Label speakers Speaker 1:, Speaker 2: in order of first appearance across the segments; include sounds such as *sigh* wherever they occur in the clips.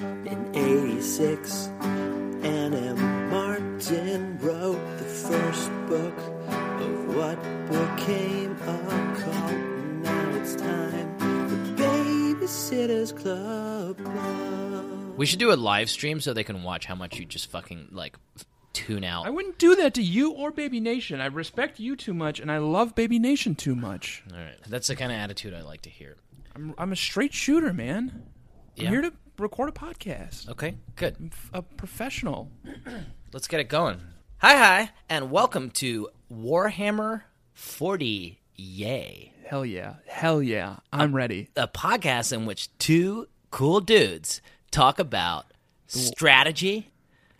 Speaker 1: In 86, N.M. Martin wrote the first book of what became a cult. Now it's time for Babysitter's Club. Club.
Speaker 2: We should do a live stream so they can watch how much you just fucking like tune out.
Speaker 3: I wouldn't do that to you or Baby Nation. I respect you too much, and I love Baby Nation too much.
Speaker 2: All right, that's the kind of attitude I like to hear.
Speaker 3: I'm, I'm a straight shooter, man. I'm
Speaker 2: Yeah.
Speaker 3: here to record a podcast.
Speaker 2: Okay, good.
Speaker 3: F- A professional.
Speaker 2: Let's get it going. Hi, hi, and welcome to Warhammer 40 Yay,
Speaker 3: Hell yeah. Hell yeah. I'm ready.
Speaker 2: a podcast in which two cool dudes talk about strategy,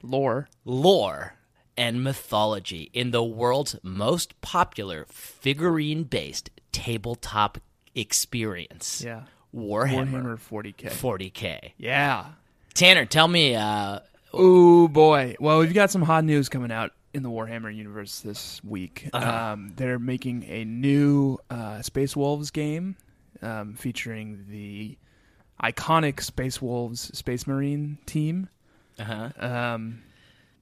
Speaker 3: Lore.
Speaker 2: lore, and mythology in the world's most popular figurine based tabletop experience.
Speaker 3: Yeah.
Speaker 2: Warhammer,
Speaker 3: Warhammer 40K.
Speaker 2: 40K.
Speaker 3: Yeah.
Speaker 2: Tanner, tell me, uh,
Speaker 3: Ooh Oh, boy! Well, we've got some hot news coming out in the Warhammer universe this week. Um, they're making a new uh, Space Wolves game um, featuring the iconic Space Wolves Space Marine team.
Speaker 2: uh
Speaker 3: Um,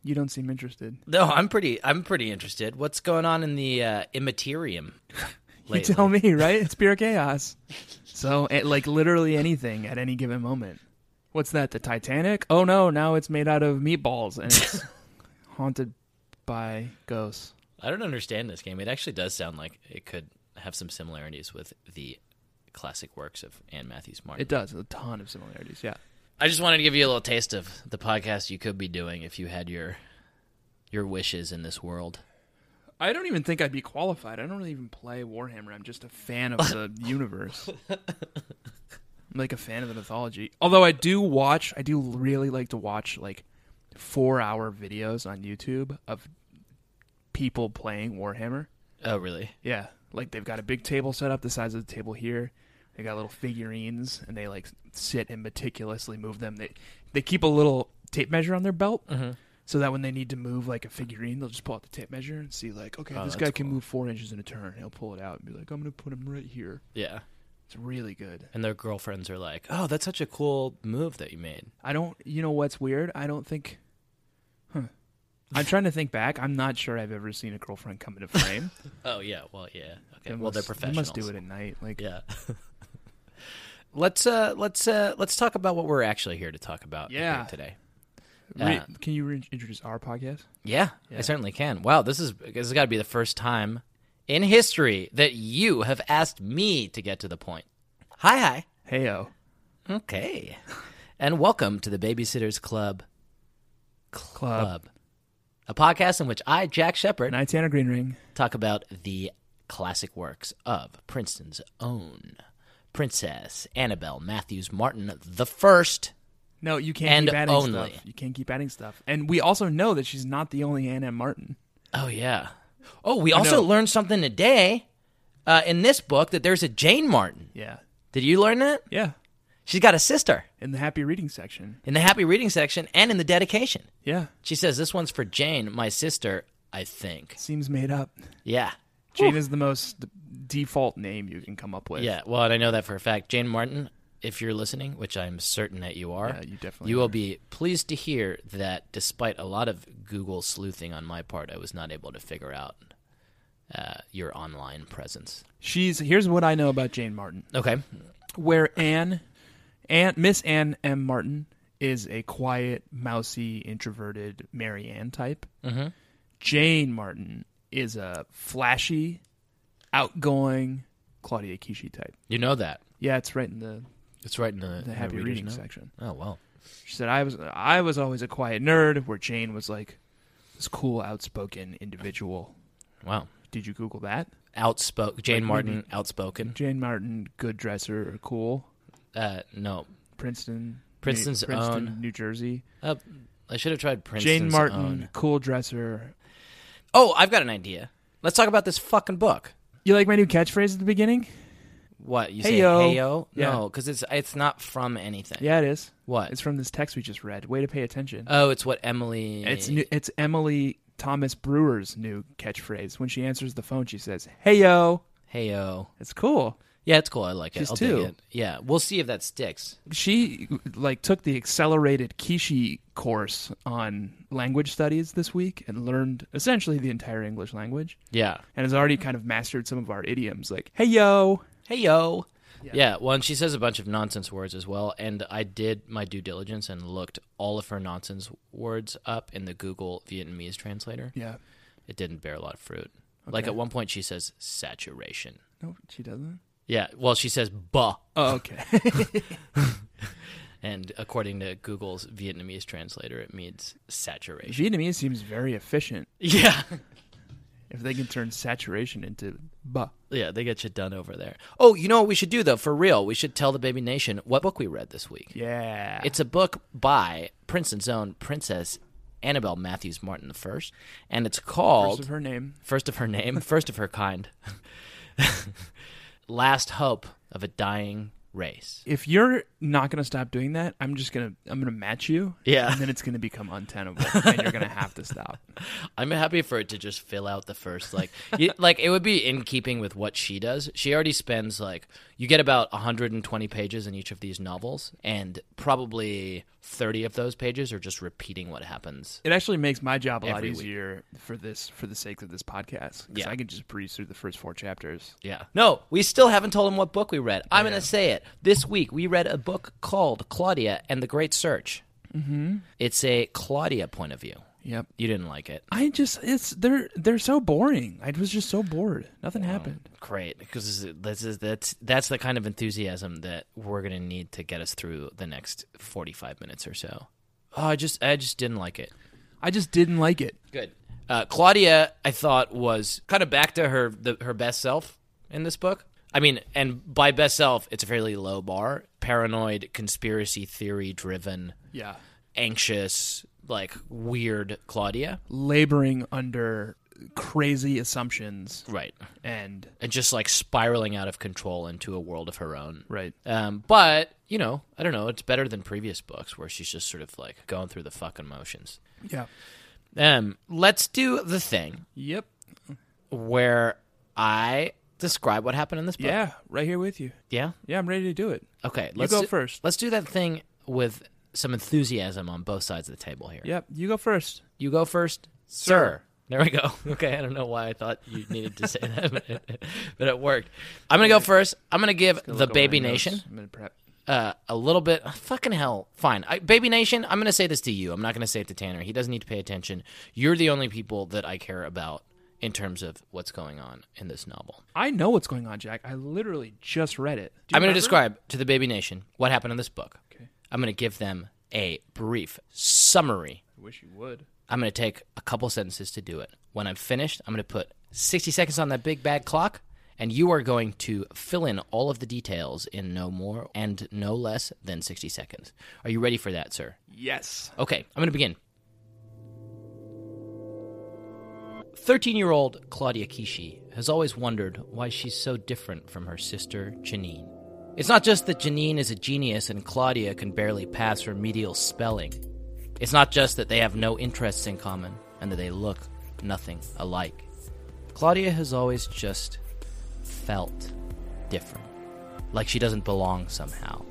Speaker 3: you don't seem interested.
Speaker 2: no, I'm pretty, I'm pretty interested. What's going on in the uh, Immaterium? *laughs* lately?
Speaker 3: You tell me, right? It's pure chaos. So, it, like literally anything at any given moment. What's that? The Titanic? Oh no! Now it's made out of meatballs and it's haunted by ghosts.
Speaker 2: I don't understand this game. It actually does sound like it could have some similarities with the classic works of Anne Matthews Martin.
Speaker 3: It does a ton of similarities. Yeah.
Speaker 2: I just wanted to give you a little taste of the podcast you could be doing if you had your your wishes in this world.
Speaker 3: I don't even think I'd be qualified. I don't really even play Warhammer. I'm just a fan of *laughs* the universe. I'm like a fan of the mythology. Although I do watch, I do really like to watch like four hour videos on YouTube of people playing Warhammer.
Speaker 2: Oh, really?
Speaker 3: Yeah. Like they've got a big table set up the size of the table here. They got little figurines and they like sit and meticulously move them. They they keep a little tape measure on their belt
Speaker 2: Mm-hmm.
Speaker 3: so that when they need to move like a figurine, they'll just pull out the tape measure and see like, okay,
Speaker 2: Oh,
Speaker 3: this
Speaker 2: that's
Speaker 3: guy can
Speaker 2: cool.
Speaker 3: move four inches in a turn. He'll pull it out and be like, I'm gonna put him right here.
Speaker 2: Yeah.
Speaker 3: It's really good.
Speaker 2: And their girlfriends are like, "Oh, that's such a cool move that you made."
Speaker 3: I don't. You know what's weird? I don't think. Huh. I'm trying to think back. I'm not sure I've ever seen a girlfriend come into frame.
Speaker 2: Oh, yeah. Well, yeah. *laughs* Okay.
Speaker 3: They
Speaker 2: well, they're
Speaker 3: must- they
Speaker 2: professionals.
Speaker 3: must do it at night. Like
Speaker 2: Yeah. *laughs* let's uh let's uh let's talk about what we're actually here to talk about I
Speaker 3: Yeah.
Speaker 2: think, today.
Speaker 3: Re-
Speaker 2: Uh,
Speaker 3: can you reintroduce our podcast?
Speaker 2: Yeah, I
Speaker 3: Yeah.
Speaker 2: certainly can. Wow, this is this has got to be the first time in history that you have asked me to get to the point. Hi, hi.
Speaker 3: Heyo.
Speaker 2: Okay. and welcome to the Babysitters Club
Speaker 3: Club.
Speaker 2: Club, a podcast in which I, Jack Shepard,
Speaker 3: And I, Tanner Greenring.
Speaker 2: talk about the classic works of Princeton's own Princess Annabelle Matthews Martin the First.
Speaker 3: No, you can't
Speaker 2: And
Speaker 3: keep adding
Speaker 2: only.
Speaker 3: stuff. You can't keep adding stuff. And we also know that she's not the only Anna Martin.
Speaker 2: Oh yeah. Oh, we also
Speaker 3: know.
Speaker 2: learned something today uh, in this book that there's a Jane Martin.
Speaker 3: Yeah.
Speaker 2: Did you learn that?
Speaker 3: Yeah.
Speaker 2: She's got a sister
Speaker 3: In the happy reading section.
Speaker 2: in the happy reading section and in the dedication.
Speaker 3: Yeah.
Speaker 2: She says, This one's for Jane, my sister, I think.
Speaker 3: Seems made up.
Speaker 2: Yeah.
Speaker 3: *laughs* Jane is the most d- default name you can come up with.
Speaker 2: Yeah. Well, and I know that for a fact. Jane Martin, if you're listening, which I'm certain that you are,
Speaker 3: Yeah, you definitely
Speaker 2: you will
Speaker 3: are.
Speaker 2: be pleased to hear that despite a lot of Google sleuthing on my part, I was not able to figure out uh, your online presence.
Speaker 3: She's here's what I know about Jane Martin.
Speaker 2: Okay.
Speaker 3: Where Anne Anne Miss Anne M. Martin is a quiet, mousy, introverted Mary Ann type.
Speaker 2: Mhm.
Speaker 3: Jane Martin is a flashy, outgoing Claudia Kishi type.
Speaker 2: You know that.
Speaker 3: Yeah, it's right in the
Speaker 2: It's right in the, in
Speaker 3: the
Speaker 2: the
Speaker 3: happy
Speaker 2: reader's
Speaker 3: reading
Speaker 2: note.
Speaker 3: section.
Speaker 2: Oh, well.
Speaker 3: She said I was I was always a quiet nerd, where Jane was like this cool, outspoken individual.
Speaker 2: Wow.
Speaker 3: Did you Google that?
Speaker 2: Outspoken. Jane
Speaker 3: maybe-
Speaker 2: Martin, outspoken.
Speaker 3: Jane Martin, good dresser, cool.
Speaker 2: Uh, no,
Speaker 3: Princeton,
Speaker 2: Princeton's
Speaker 3: New, Princeton,
Speaker 2: own.
Speaker 3: New Jersey.
Speaker 2: Uh, I should have tried Princeton's
Speaker 3: Jane Martin,
Speaker 2: own.
Speaker 3: cool dresser.
Speaker 2: Oh, I've got an idea. Let's talk about this fucking book.
Speaker 3: You like my new catchphrase at the beginning?
Speaker 2: Uh, What you say?
Speaker 3: Heyo.
Speaker 2: Heyo?
Speaker 3: Yeah.
Speaker 2: No, because it's it's not from anything.
Speaker 3: Yeah, it is.
Speaker 2: What?
Speaker 3: It's from this text we just read. Way to pay attention.
Speaker 2: oh, it's what Emily.
Speaker 3: it's new, it's Emily Thomas Brewer's new catchphrase. When she answers the phone, she says, "Hey yo."
Speaker 2: Heyo.
Speaker 3: It's cool.
Speaker 2: Yeah, it's cool. I like it.
Speaker 3: She's
Speaker 2: I'll
Speaker 3: two.
Speaker 2: dig it. Yeah, we'll see if that sticks.
Speaker 3: She like took the accelerated Kishi course on language studies this week and learned essentially the entire English language
Speaker 2: Yeah.
Speaker 3: and has already kind of mastered some of our idioms like hey yo.
Speaker 2: Hey yo. Yeah. Well, and she says a bunch of nonsense words as well. And I did my due diligence and looked all of her nonsense words up in the Google Vietnamese translator.
Speaker 3: Yeah.
Speaker 2: It didn't bear a lot of fruit. Like
Speaker 3: Okay.
Speaker 2: at one point, she says saturation.
Speaker 3: No, she doesn't.
Speaker 2: Yeah. Well, she says ba.
Speaker 3: Oh, okay. *laughs*
Speaker 2: And according to Google's Vietnamese translator, it means saturation. *laughs*
Speaker 3: Vietnamese seems very efficient
Speaker 2: Yeah.
Speaker 3: if they can turn saturation into ba.
Speaker 2: Yeah, they get shit done over there. Oh, you know what we should do though, for real? We should tell the baby nation what book we read this week.
Speaker 3: Yeah.
Speaker 2: It's a book by Princeton's own Princess Annabelle Matthews Martin the First, and it's called
Speaker 3: First of her name.
Speaker 2: first of her name, first of her kind. *laughs* Last hope of a dying race.
Speaker 3: If you're not gonna stop doing that, I'm just gonna I'm gonna match you.
Speaker 2: Yeah.
Speaker 3: And then it's gonna become untenable, and you're gonna have
Speaker 2: *laughs*
Speaker 3: to stop.
Speaker 2: I'm happy for it to just fill out the first like *laughs* you, like it would be in keeping with what she does. She already spends like you get about 120 pages in each of these novels and probably 30 of those pages are just repeating what happens.
Speaker 3: It actually makes my job a lot
Speaker 2: Every week.
Speaker 3: easier for this for the sake of this podcast. 'cause
Speaker 2: Yeah.
Speaker 3: I can just breeze through the first four chapters.
Speaker 2: Yeah. No, we still haven't told him what book we read. I'm going to say it. This week we read a book called Claudia and the Great Search. Mhm. It's a Claudia point of view.
Speaker 3: Yep.
Speaker 2: You didn't like it.
Speaker 3: I just it's they're they're so boring. I was just so bored. Nothing happened.
Speaker 2: Great, because this is, this is that's that's the kind of enthusiasm that we're gonna need to get us through the next forty five minutes or so. Oh, I just I just didn't like it.
Speaker 3: I just didn't like it.
Speaker 2: Good. Uh, Claudia, I thought was kind of back to her the, her best self in this book. I mean, and by best self, it's a fairly low bar. Paranoid, conspiracy theory driven,
Speaker 3: Yeah.
Speaker 2: anxious, like weird Claudia.
Speaker 3: Laboring under crazy assumptions
Speaker 2: Right.
Speaker 3: and
Speaker 2: And just like spiraling out of control into a world of her own.
Speaker 3: right.
Speaker 2: Um, but you know, I don't know. It's better than previous books where she's just sort of like going through the fucking motions.
Speaker 3: Yeah.
Speaker 2: Um, let's do the thing
Speaker 3: Yep.
Speaker 2: where I describe what happened in this book.
Speaker 3: Yeah, right here with you.
Speaker 2: Yeah?
Speaker 3: Yeah, I'm ready to do it.
Speaker 2: Okay. Let's
Speaker 3: go
Speaker 2: do-
Speaker 3: first.
Speaker 2: Let's do that thing with some enthusiasm on both sides of the table here.
Speaker 3: Yep, you go first.
Speaker 2: You go first, sir. There we go. *laughs* Okay, I don't know why I thought you needed to say that, *laughs* but it worked. I'm gonna go first. I'm gonna give the
Speaker 3: Look over
Speaker 2: Baby
Speaker 3: my notes.
Speaker 2: Nation.
Speaker 3: I'm gonna prep.
Speaker 2: uh, a little bit. Fucking hell. Fine. I, Baby Nation, I'm going to say this to you. I'm not going to say it to Tanner. He doesn't need to pay attention. You're the only people that I care about in terms of what's going on in this novel.
Speaker 3: I know what's going on, Jack. I literally just read it. Do you
Speaker 2: I'm going to
Speaker 3: remember?
Speaker 2: describe to the Baby Nation what happened in this book.
Speaker 3: Okay.
Speaker 2: I'm going to give them a brief summary.
Speaker 3: I wish you would.
Speaker 2: I'm going to take a couple sentences to do it. When I'm finished, I'm going to put 60 seconds on that big bad clock. And you are going to fill in all of the details in no more and no less than 60 seconds. Are you ready for that, sir?
Speaker 3: Yes.
Speaker 2: Okay, I'm going to begin. 13 year old Claudia Kishi has always wondered why she's so different from her sister, Janine. It's not just that Janine is a genius and Claudia can barely pass remedial spelling. It's not just that they have no interests in common and that they look nothing alike. Claudia has always just felt different, like she doesn't belong somehow.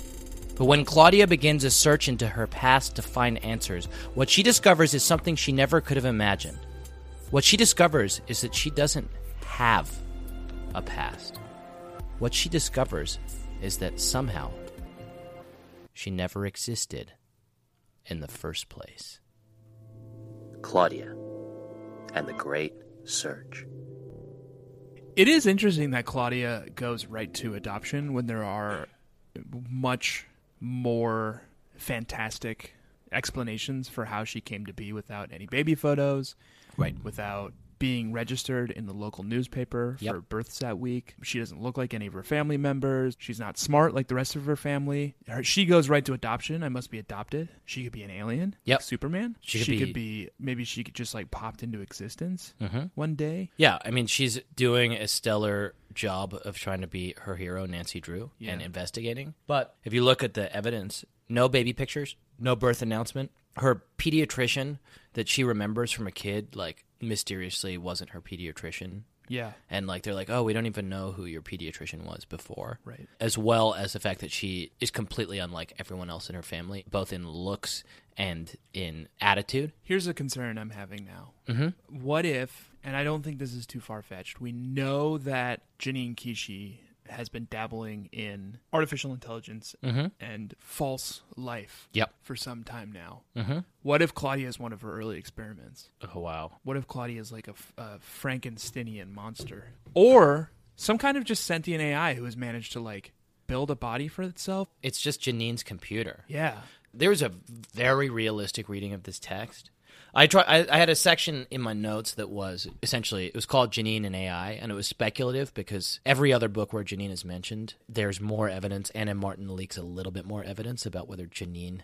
Speaker 2: But when Claudia begins a search into her past to find answers, what she discovers is something she never could have imagined. What she discovers is that she doesn't have a past. What she discovers is that somehow she never existed in the first place.
Speaker 1: Claudia and the Great Search.
Speaker 3: It is interesting that Claudia goes right to adoption when there are much more fantastic explanations for how she came to be without any baby photos, right? Without being registered in the local newspaper
Speaker 2: Yep.
Speaker 3: for births that week. She doesn't look like any of her family members. She's not smart like the rest of her family. Her, she goes right to adoption. I must be adopted. She could be an alien,
Speaker 2: Yep.
Speaker 3: like Superman.
Speaker 2: She could
Speaker 3: could be maybe she could just like popped into existence
Speaker 2: Mm-hmm.
Speaker 3: one day.
Speaker 2: Yeah, I mean, she's doing a stellar job of trying to be her hero, Nancy Drew, and
Speaker 3: Yeah.
Speaker 2: investigating. But if you look at the evidence, no baby pictures, no birth announcement. Her pediatrician that she remembers from a kid, like, mysteriously wasn't her pediatrician.
Speaker 3: Yeah.
Speaker 2: and like they're like oh we don't even know who your pediatrician was before
Speaker 3: Right.
Speaker 2: as well as the fact that she is completely unlike everyone else in her family both in looks and in attitude
Speaker 3: Here's a concern I'm having now. Mm-hmm. What if, and I don't think this is too far fetched, we know that Janine Kishi has been dabbling in artificial intelligence and false life
Speaker 2: Yep.
Speaker 3: for some time now. Mm-hmm. What if Claudia is one of her early experiments?
Speaker 2: oh wow
Speaker 3: What if Claudia is like a, f- a Frankensteinian monster? Or some kind of just sentient AI who has managed to like build a body for itself?
Speaker 2: it's just janine's computer
Speaker 3: Yeah.
Speaker 2: there's a very realistic reading of this text. I try. I, I had a section in my notes that was essentially it was called Janine and AI, and it was speculative because every other book where Janine is mentioned, there's more evidence. Anna Martin leaks a little bit more evidence about whether Janine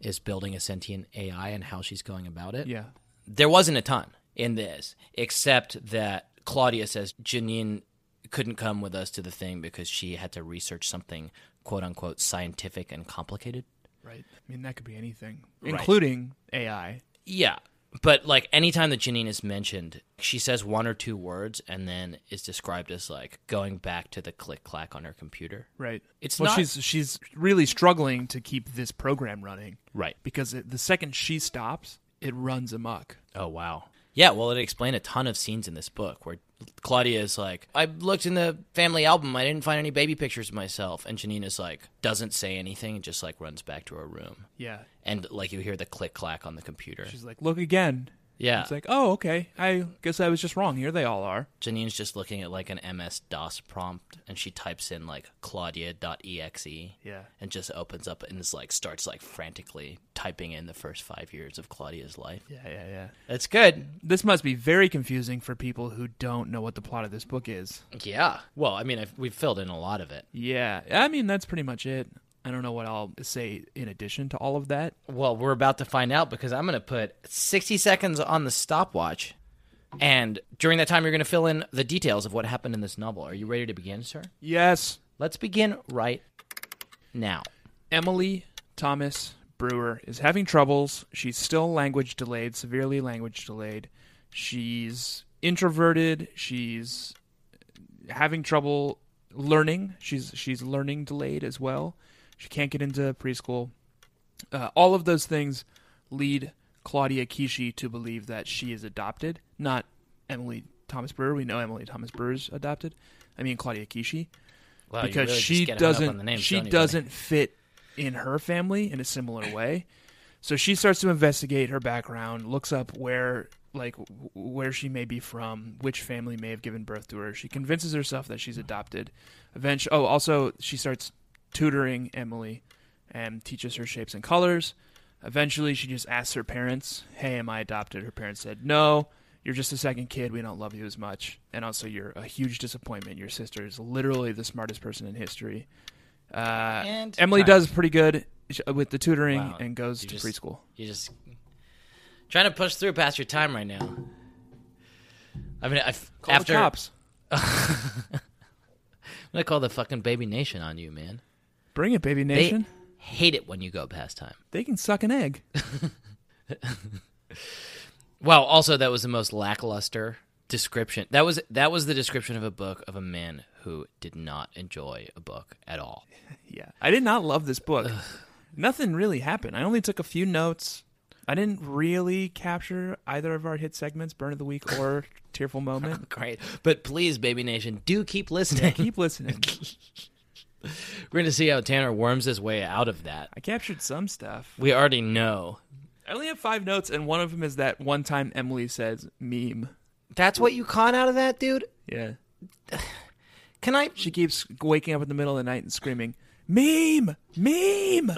Speaker 2: is building a sentient AI and how she's going about it.
Speaker 3: Yeah.
Speaker 2: There wasn't a ton in this, except that Claudia says Janine couldn't come with us to the thing because she had to research something quote unquote scientific and complicated.
Speaker 3: Right. I mean, that could be anything, including AI.
Speaker 2: Yeah. But like anytime that Janine is mentioned, she says one or two words and then is described as like going back to the click clack on her computer.
Speaker 3: Right.
Speaker 2: It's
Speaker 3: well,
Speaker 2: not-
Speaker 3: she's she's really struggling to keep this program running
Speaker 2: Right.
Speaker 3: because it, the second she stops, it runs amok.
Speaker 2: Oh wow. Yeah, well it explained a ton of scenes in this book where Claudia is like, I looked in the family album, I didn't find any baby pictures of myself and Janine is like doesn't say anything and just like runs back to her room.
Speaker 3: Yeah.
Speaker 2: And like you hear the click clack on the computer.
Speaker 3: She's like, "Look again."
Speaker 2: yeah.
Speaker 3: It's like, "Oh, okay. I guess I was just wrong. Here they all are."
Speaker 2: Janine's just looking at like an MS DOS prompt and she types in like E Claudia.exe.
Speaker 3: Yeah.
Speaker 2: And just opens up and is like starts like frantically typing in the first five years of Claudia's life.
Speaker 3: Yeah, yeah, yeah.
Speaker 2: That's good.
Speaker 3: This must be very confusing for people who don't know what the plot of this book is.
Speaker 2: Yeah. Well, I mean, I've, we've filled in a lot of it.
Speaker 3: Yeah. I mean, that's pretty much it. I don't know what I'll say in addition to all of that.
Speaker 2: Well, we're about to find out because I'm going to put 60 seconds on the stopwatch. And during that time, you're going to fill in the details of what happened in this novel. Are you ready to begin, sir?
Speaker 3: Yes.
Speaker 2: Let's begin right now.
Speaker 3: Emily Thomas Brewer is having troubles. She's still language delayed, severely language delayed. She's introverted. She's having trouble learning. She's she's learning delayed as well. She can't get into preschool. Uh, all of those things lead Claudia Kishi to believe that she is adopted, not Emily Thomas Brewer. We know Emily Thomas Brewer's adopted. I mean Claudia Kishi
Speaker 2: Wow, you
Speaker 3: because
Speaker 2: really
Speaker 3: she
Speaker 2: just get hung up on
Speaker 3: doesn't
Speaker 2: the names,
Speaker 3: she
Speaker 2: don't you, buddy?
Speaker 3: doesn't fit in her family in a similar way. So she starts to investigate her background, looks up where like w- where she may be from, which family may have given birth to her. She convinces herself that she's adopted. Eventually, oh, also she starts tutoring Emily and teaches her shapes and colors. Eventually, she just asks her parents, "Hey, am I adopted?" Her parents said, "No." You're just a second kid. We don't love you as much. And also, you're a huge disappointment. Your sister is literally the smartest person in history. Uh,
Speaker 2: And
Speaker 3: Emily
Speaker 2: time.
Speaker 3: does pretty good sh- with the tutoring
Speaker 2: Wow.
Speaker 3: and goes
Speaker 2: You
Speaker 3: to
Speaker 2: just-
Speaker 3: preschool.
Speaker 2: You're just trying to push through past your time right now. I mean, I,
Speaker 3: Call
Speaker 2: after
Speaker 3: the cops.
Speaker 2: I'm gonna call the fucking baby nation on you, man.
Speaker 3: Bring it, baby
Speaker 2: They
Speaker 3: nation.
Speaker 2: hate it when you go past time.
Speaker 3: They, can suck an egg.
Speaker 2: Well, also that was the most lackluster description. That was that was the description of a book of a man who did not enjoy a book at all.
Speaker 3: *laughs* yeah. I did not love this book. Nothing really happened. I only took a few notes. I didn't really capture either of our hit segments, Burn of the Week or *laughs* Tearful *laughs* Moment.
Speaker 2: Great, but please, baby nation, do keep listening.
Speaker 3: *laughs* Keep listening.
Speaker 2: We're gonna see how Tanner worms his way out of that.
Speaker 3: I captured some stuff.
Speaker 2: We already know
Speaker 3: I only have five notes, and one of them is that one time Emily says meme.
Speaker 2: that's what you caught out of that, dude.
Speaker 3: Yeah.
Speaker 2: Can I
Speaker 3: She keeps waking up in the middle of the night and screaming, meme, *laughs* meme.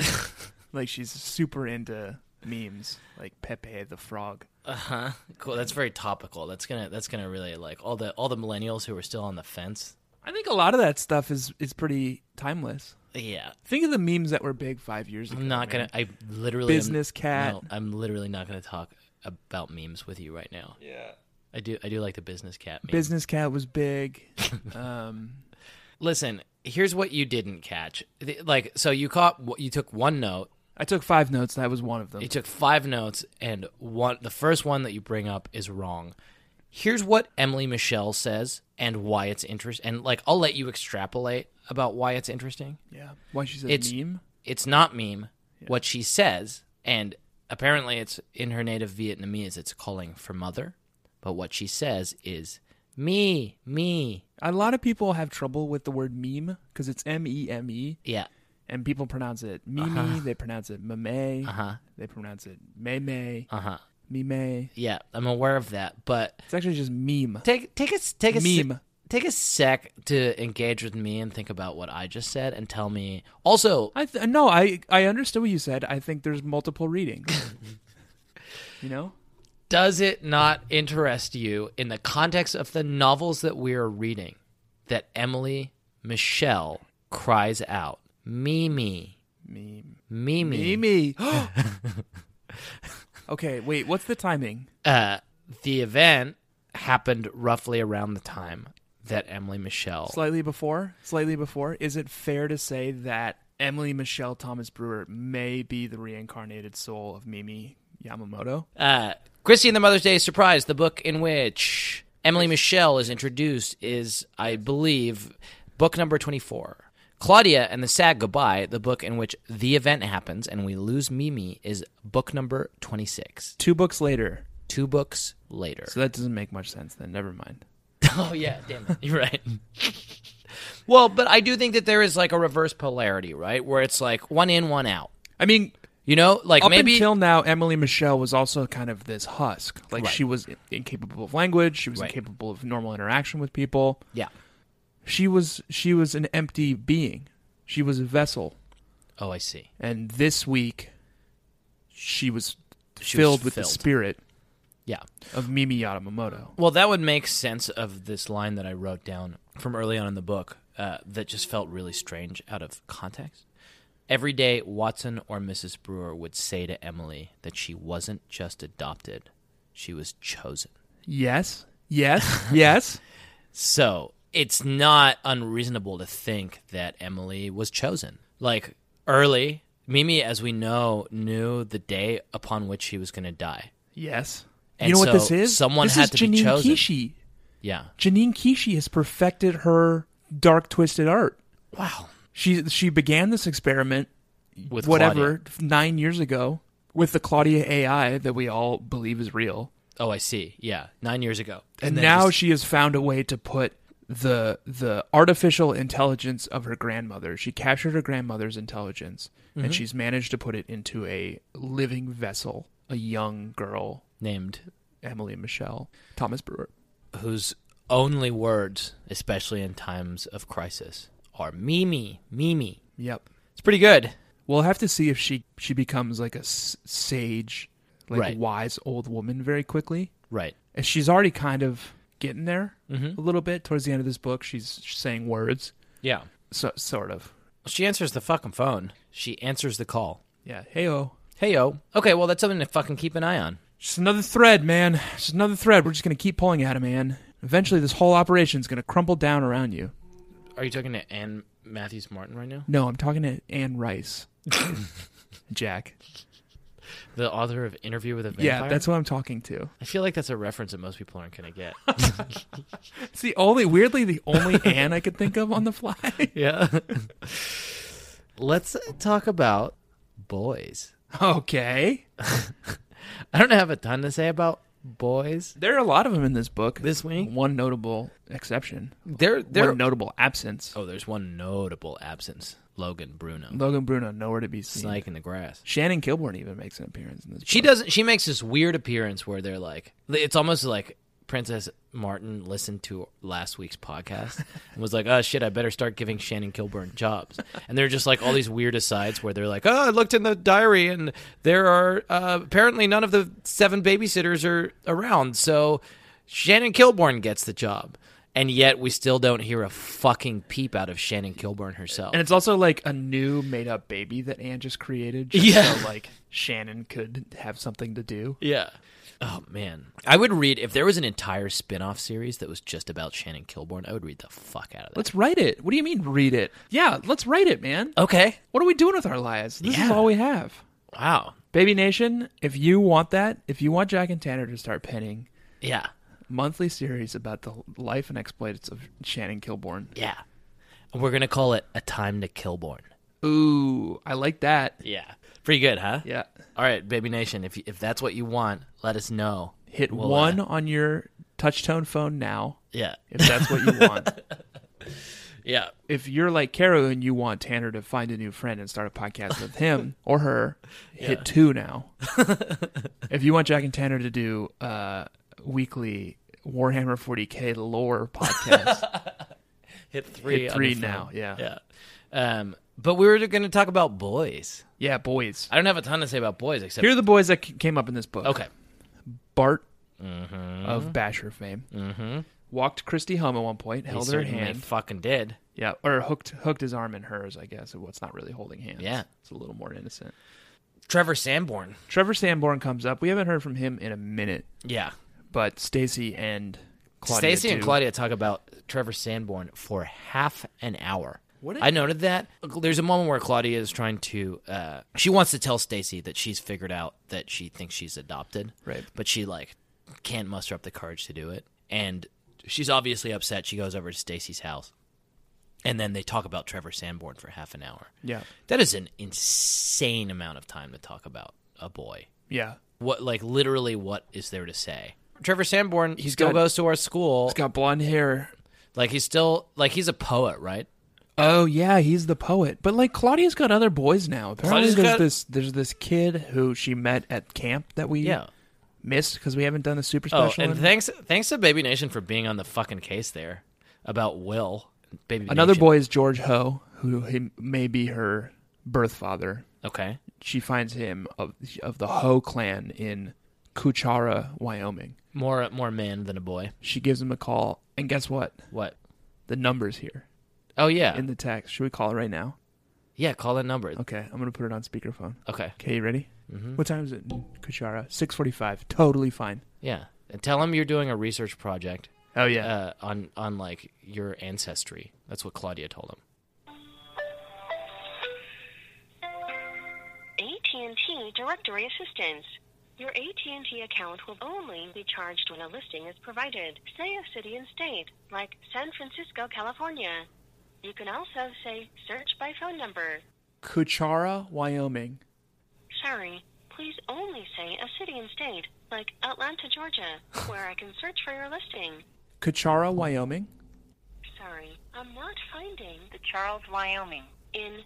Speaker 3: like she's super into memes, like Pepe the Frog.
Speaker 2: Huh? Cool. That's very topical. That's gonna that's gonna really like all the all the millennials who are still on the fence.
Speaker 3: I think a lot of that stuff is, is pretty timeless.
Speaker 2: Yeah.
Speaker 3: Think of the memes that were big five years ago.
Speaker 2: I'm not gonna
Speaker 3: man.
Speaker 2: I literally am-
Speaker 3: Business cat.
Speaker 2: No, I'm literally not gonna talk about memes with you right now. Yeah. I do I do like the business cat meme.
Speaker 3: Business Cat was
Speaker 2: *laughs*
Speaker 3: big. um,
Speaker 2: Listen, here's what you didn't catch. The- Like so you caught you took one note
Speaker 3: I took five notes. That was one of them.
Speaker 2: You took five notes, and one the first one that you bring up is wrong. Here's what Emily Michelle says and why it's interest and like I'll let you extrapolate about why it's interesting.
Speaker 3: Yeah. Why she said
Speaker 2: It's-
Speaker 3: meme?
Speaker 2: It's not meme what she says and apparently it's in her native Vietnamese it's calling for mother, but what she says is me, me.
Speaker 3: A lot of people have trouble with the word meme because it's M E M E,
Speaker 2: Yeah.
Speaker 3: and people pronounce it meme. They pronounce it meme.
Speaker 2: Uh-huh.
Speaker 3: They pronounce it meme.
Speaker 2: Uh-huh.
Speaker 3: Meme.
Speaker 2: Yeah, I'm aware of that, but
Speaker 3: It's actually just meme.
Speaker 2: Take take a s- take a se-
Speaker 3: Meme.
Speaker 2: take a sec to engage with me and think about what I just said and tell me. Also,
Speaker 3: I th- no, I I understood what you said. I think there's multiple readings.
Speaker 2: *laughs*
Speaker 3: you know,
Speaker 2: does it not interest you in the context of the novels that we are reading that Emily Michelle cries out, "Mimi,
Speaker 3: meme.
Speaker 2: Mimi,
Speaker 3: Mimi. *gasps* okay, wait. What's the timing?
Speaker 2: Uh, the event happened roughly around the time that Emily Michelle.
Speaker 3: Slightly before. Slightly before. Is it fair to say that Emily Michelle Thomas Brewer may be the reincarnated soul of Mimi Yamamoto?
Speaker 2: Uh, Christie and the Mother's Day Surprise, the book in which Emily Michelle is introduced, is, I believe, book number 24. Claudia and the Sad Goodbye, the book in which the event happens and we lose Mimi, is book number 26.
Speaker 3: Two books later.
Speaker 2: Two books later.
Speaker 3: So that doesn't make much sense. Then never mind.
Speaker 2: *laughs* oh, yeah, damn it. You're right. *laughs* well, but I do think that there is like a reverse polarity, right? Where it's like one in, one out.
Speaker 3: I mean,
Speaker 2: You know, like
Speaker 3: up
Speaker 2: maybe.
Speaker 3: until now, Emily Michelle was also kind of this husk. Like
Speaker 2: Right.
Speaker 3: she was i- incapable of language. She was
Speaker 2: Right.
Speaker 3: incapable of normal interaction with people.
Speaker 2: yeah.
Speaker 3: She was she was an empty being. She was a vessel.
Speaker 2: Oh, I see.
Speaker 3: And this week, she was
Speaker 2: She was
Speaker 3: filled with
Speaker 2: filled.
Speaker 3: the spirit
Speaker 2: Yeah.
Speaker 3: of Mimi Yamamoto.
Speaker 2: Well, that would make sense of this line that I wrote down from early on in the book uh, that just felt really strange out of context. Every day, Watson or Mrs. Brewer would say to Emily that she wasn't just adopted, she was chosen.
Speaker 3: Yes. Yes.
Speaker 2: *laughs*
Speaker 3: Yes.
Speaker 2: So it's not unreasonable to think that Emily was chosen. Like early, Mimi, as we know, knew the day upon which she was going to die.
Speaker 3: yes.
Speaker 2: And
Speaker 3: you know what this
Speaker 2: so
Speaker 3: is?
Speaker 2: someone
Speaker 3: this
Speaker 2: had
Speaker 3: is
Speaker 2: to
Speaker 3: Janine
Speaker 2: be chosen.
Speaker 3: Kishi.
Speaker 2: Yeah.
Speaker 3: Janine Kishi has perfected her dark twisted art.
Speaker 2: Wow.
Speaker 3: She she began this experiment
Speaker 2: With
Speaker 3: whatever 9 years ago with the Claudia AI that we all believe is real.
Speaker 2: Oh, I see. Yeah. Nine years ago.
Speaker 3: And,
Speaker 2: then
Speaker 3: now
Speaker 2: just-
Speaker 3: she has found a way to put the the artificial intelligence of her grandmother. She captured her grandmother's intelligence
Speaker 2: Mm-hmm.
Speaker 3: and she's managed to put it into a living vessel, a young girl,
Speaker 2: named
Speaker 3: Emily Michelle Thomas Brewer.
Speaker 2: whose only words, especially in times of crisis, are Mimi, Mimi.
Speaker 3: Yep.
Speaker 2: It's pretty good.
Speaker 3: We'll have to see if she she becomes like a s- sage, like
Speaker 2: Right.
Speaker 3: wise old woman very quickly.
Speaker 2: Right.
Speaker 3: And she's already kind of getting there
Speaker 2: Mm-hmm.
Speaker 3: a little bit towards the end of this book. She's saying words,
Speaker 2: Yeah.
Speaker 3: so, sort of.
Speaker 2: She answers the fucking phone. She answers the call.
Speaker 3: Yeah. Heyo.
Speaker 2: Hey, yo. Okay, well, that's something to fucking keep an eye on.
Speaker 3: Just another thread, man. Just another thread. We're just gonna keep pulling at it, man. Eventually, this whole operation's gonna crumple down around you.
Speaker 2: Are you talking to Anne Matthews Martin right now?
Speaker 3: No, I'm talking to Anne Rice,
Speaker 2: *laughs*
Speaker 3: Jack.
Speaker 2: The author of Interview with a Vampire?
Speaker 3: Yeah, that's what I'm talking to.
Speaker 2: I feel like that's a reference that most people aren't going to
Speaker 3: *laughs*
Speaker 2: get.
Speaker 3: It's the only, weirdly, the
Speaker 2: *laughs*
Speaker 3: only Anne I could think of on the fly. *laughs*
Speaker 2: yeah. *laughs* Let's talk about boys.
Speaker 3: okay,
Speaker 2: I don't have a ton to say about boys
Speaker 3: there are a lot of them in this book.
Speaker 2: this week.
Speaker 3: one notable exception,
Speaker 2: They're, they're
Speaker 3: one notable absence.
Speaker 2: Oh, there's one notable absence Logan Bruno.
Speaker 3: Logan Bruno nowhere to be seen.
Speaker 2: Snake in the grass.
Speaker 3: Shannon Kilborn even makes an appearance in this.
Speaker 2: She
Speaker 3: book.
Speaker 2: doesn't. She makes this weird appearance where they're like, it's almost like Princess Martin listened to last week's podcast and was like, oh shit, I better start giving Shannon Kilburn jobs. And they're just like all these weird asides where they're like, oh, I looked in the diary and there are uh, apparently none of the seven babysitters are around, so Shannon Kilburn gets the job. And yet we still don't hear a fucking peep out of Shannon Kilburn herself.
Speaker 3: and it's also like a new made-up baby that Anne just created, just
Speaker 2: Yeah.
Speaker 3: so like Shannon could have something to do.
Speaker 2: Yeah. Oh man. I would read if there was an entire spin-off series that was just about Shannon Kilborn, I would read the fuck out of that.
Speaker 3: Let's write it. What do you mean read it? Yeah, let's write it, man.
Speaker 2: Okay.
Speaker 3: What are we doing with our lives? This is
Speaker 2: Yeah.
Speaker 3: all we have.
Speaker 2: Wow.
Speaker 3: Baby Nation, if you want that, if you want Jack and Tanner to start penning
Speaker 2: Yeah.
Speaker 3: monthly series about the life and exploits of Shannon Kilborn.
Speaker 2: Yeah. And we're going to call it A Time to Kilborn.
Speaker 3: Ooh, I like that.
Speaker 2: Yeah. Pretty good, huh?
Speaker 3: Yeah.
Speaker 2: All right, Baby Nation, if, you, if that's what you want, let us know.
Speaker 3: Hit
Speaker 2: We'll, uh,
Speaker 3: one on your touchtone phone now
Speaker 2: Yeah.
Speaker 3: if that's what you want.
Speaker 2: Yeah.
Speaker 3: if you're like Caro and you want Tanner to find a new friend and start a podcast
Speaker 2: *laughs*
Speaker 3: with him or her, hit two now. if you want Jack and Tanner to do uh, weekly Warhammer
Speaker 2: *laughs*
Speaker 3: 40k lore podcast,
Speaker 2: Hit three.
Speaker 3: Hit
Speaker 2: on
Speaker 3: three
Speaker 2: your
Speaker 3: now,
Speaker 2: phone.
Speaker 3: yeah.
Speaker 2: Yeah. Um, but we were going to talk about boys.
Speaker 3: yeah, boys.
Speaker 2: I don't have a ton to say about boys except.
Speaker 3: Here are the boys that c- came up in this book.
Speaker 2: okay. Mm-hmm.
Speaker 3: Bart of Basher fame walked Christy Hum at one point,
Speaker 2: He
Speaker 3: held her
Speaker 2: certainly
Speaker 3: hand,
Speaker 2: fucking did.
Speaker 3: yeah, or hooked hooked his arm in hers. I guess what's not really holding hands.
Speaker 2: Yeah.
Speaker 3: it's a little more innocent.
Speaker 2: Trevor Sanborn.
Speaker 3: Trevor Sanborn comes up. We haven't heard from him in a minute.
Speaker 2: Yeah.
Speaker 3: but Stacy and Claudia
Speaker 2: Stacy and
Speaker 3: do.
Speaker 2: Claudia talk about Trevor Sanborn for half an hour.
Speaker 3: What a-
Speaker 2: I noted that. There's a moment where Claudia is trying to. Uh, she wants to tell Stacy that she's figured out that she thinks she's adopted,
Speaker 3: Right.
Speaker 2: But she like can't muster up the courage to do it, and she's obviously upset. She goes over to Stacy's house, and then they talk about Trevor Sanborn for half an hour.
Speaker 3: Yeah,
Speaker 2: That is an insane amount of time to talk about a boy
Speaker 3: yeah.
Speaker 2: what like literally what is there to say trevor sanborn he still
Speaker 3: got-
Speaker 2: goes to our school
Speaker 3: He's got blonde hair.
Speaker 2: like he's still like he's a poet right
Speaker 3: Oh yeah, he's the poet. But like Claudia's got other boys now. Apparently,
Speaker 2: Claudia's
Speaker 3: there's
Speaker 2: got-
Speaker 3: this there's this kid who she met at camp that we
Speaker 2: Yeah.
Speaker 3: missed because we haven't done the super
Speaker 2: oh
Speaker 3: special.
Speaker 2: and
Speaker 3: one.
Speaker 2: thanks thanks to baby nation for being on the fucking case there about will baby
Speaker 3: Another
Speaker 2: Nation.
Speaker 3: boy is George Ho, who he may be her birth father.
Speaker 2: okay
Speaker 3: She finds him of of the Ho clan in Kuchara, Wyoming.
Speaker 2: more more man than a boy
Speaker 3: She gives him a call, and guess what?
Speaker 2: what
Speaker 3: The number's here
Speaker 2: oh yeah
Speaker 3: in the text. Should we call it right now?
Speaker 2: yeah call that number okay,
Speaker 3: Okay, I'm gonna put it on speakerphone. Okay, you ready? What time is it in Kuchara? 6.45. Totally fine.
Speaker 2: yeah and tell him you're doing a research project
Speaker 3: Oh, yeah.
Speaker 2: uh, on on like your ancestry that's what claudia told him
Speaker 4: AT&T Directory Assistance. Your AT&T account will only be charged when a listing is provided. Say a city and state, like San Francisco, California. You can also say search by phone number.
Speaker 3: Kuchara, Wyoming.
Speaker 4: Sorry, please only say a city and state, like Atlanta, *laughs* Georgia, where I can search for your listing.
Speaker 3: Kuchara, Wyoming.
Speaker 4: Sorry, I'm not finding the Charles, Wyoming in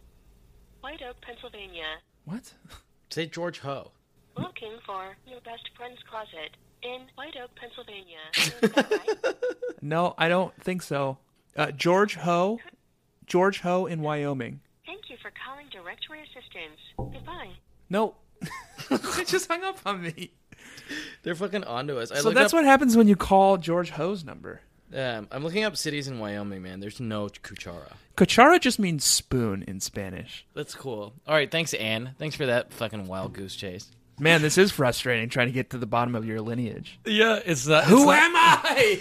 Speaker 4: White Oak, Pennsylvania.
Speaker 3: What? *laughs*
Speaker 2: say george ho
Speaker 4: Looking for your best friend's closet in White Oak, Pennsylvania. Is that right?
Speaker 3: No, I don't think so. Uh, George Ho. George Ho in Wyoming.
Speaker 4: Thank you for calling Directory Assistance. Goodbye.
Speaker 3: No. *laughs* it just hung up on me.
Speaker 2: they're fucking onto us I
Speaker 3: so that's what happens when you call George Ho's number.
Speaker 2: Um, I'm looking up cities in Wyoming, man. There's no Cuchara.
Speaker 3: Kuchara just means spoon in Spanish.
Speaker 2: That's cool. All right, thanks, Anne. Thanks for that fucking wild goose chase.
Speaker 3: Man, this is frustrating trying to get to the bottom of your lineage.
Speaker 2: Yeah, it's that.
Speaker 3: Who am I?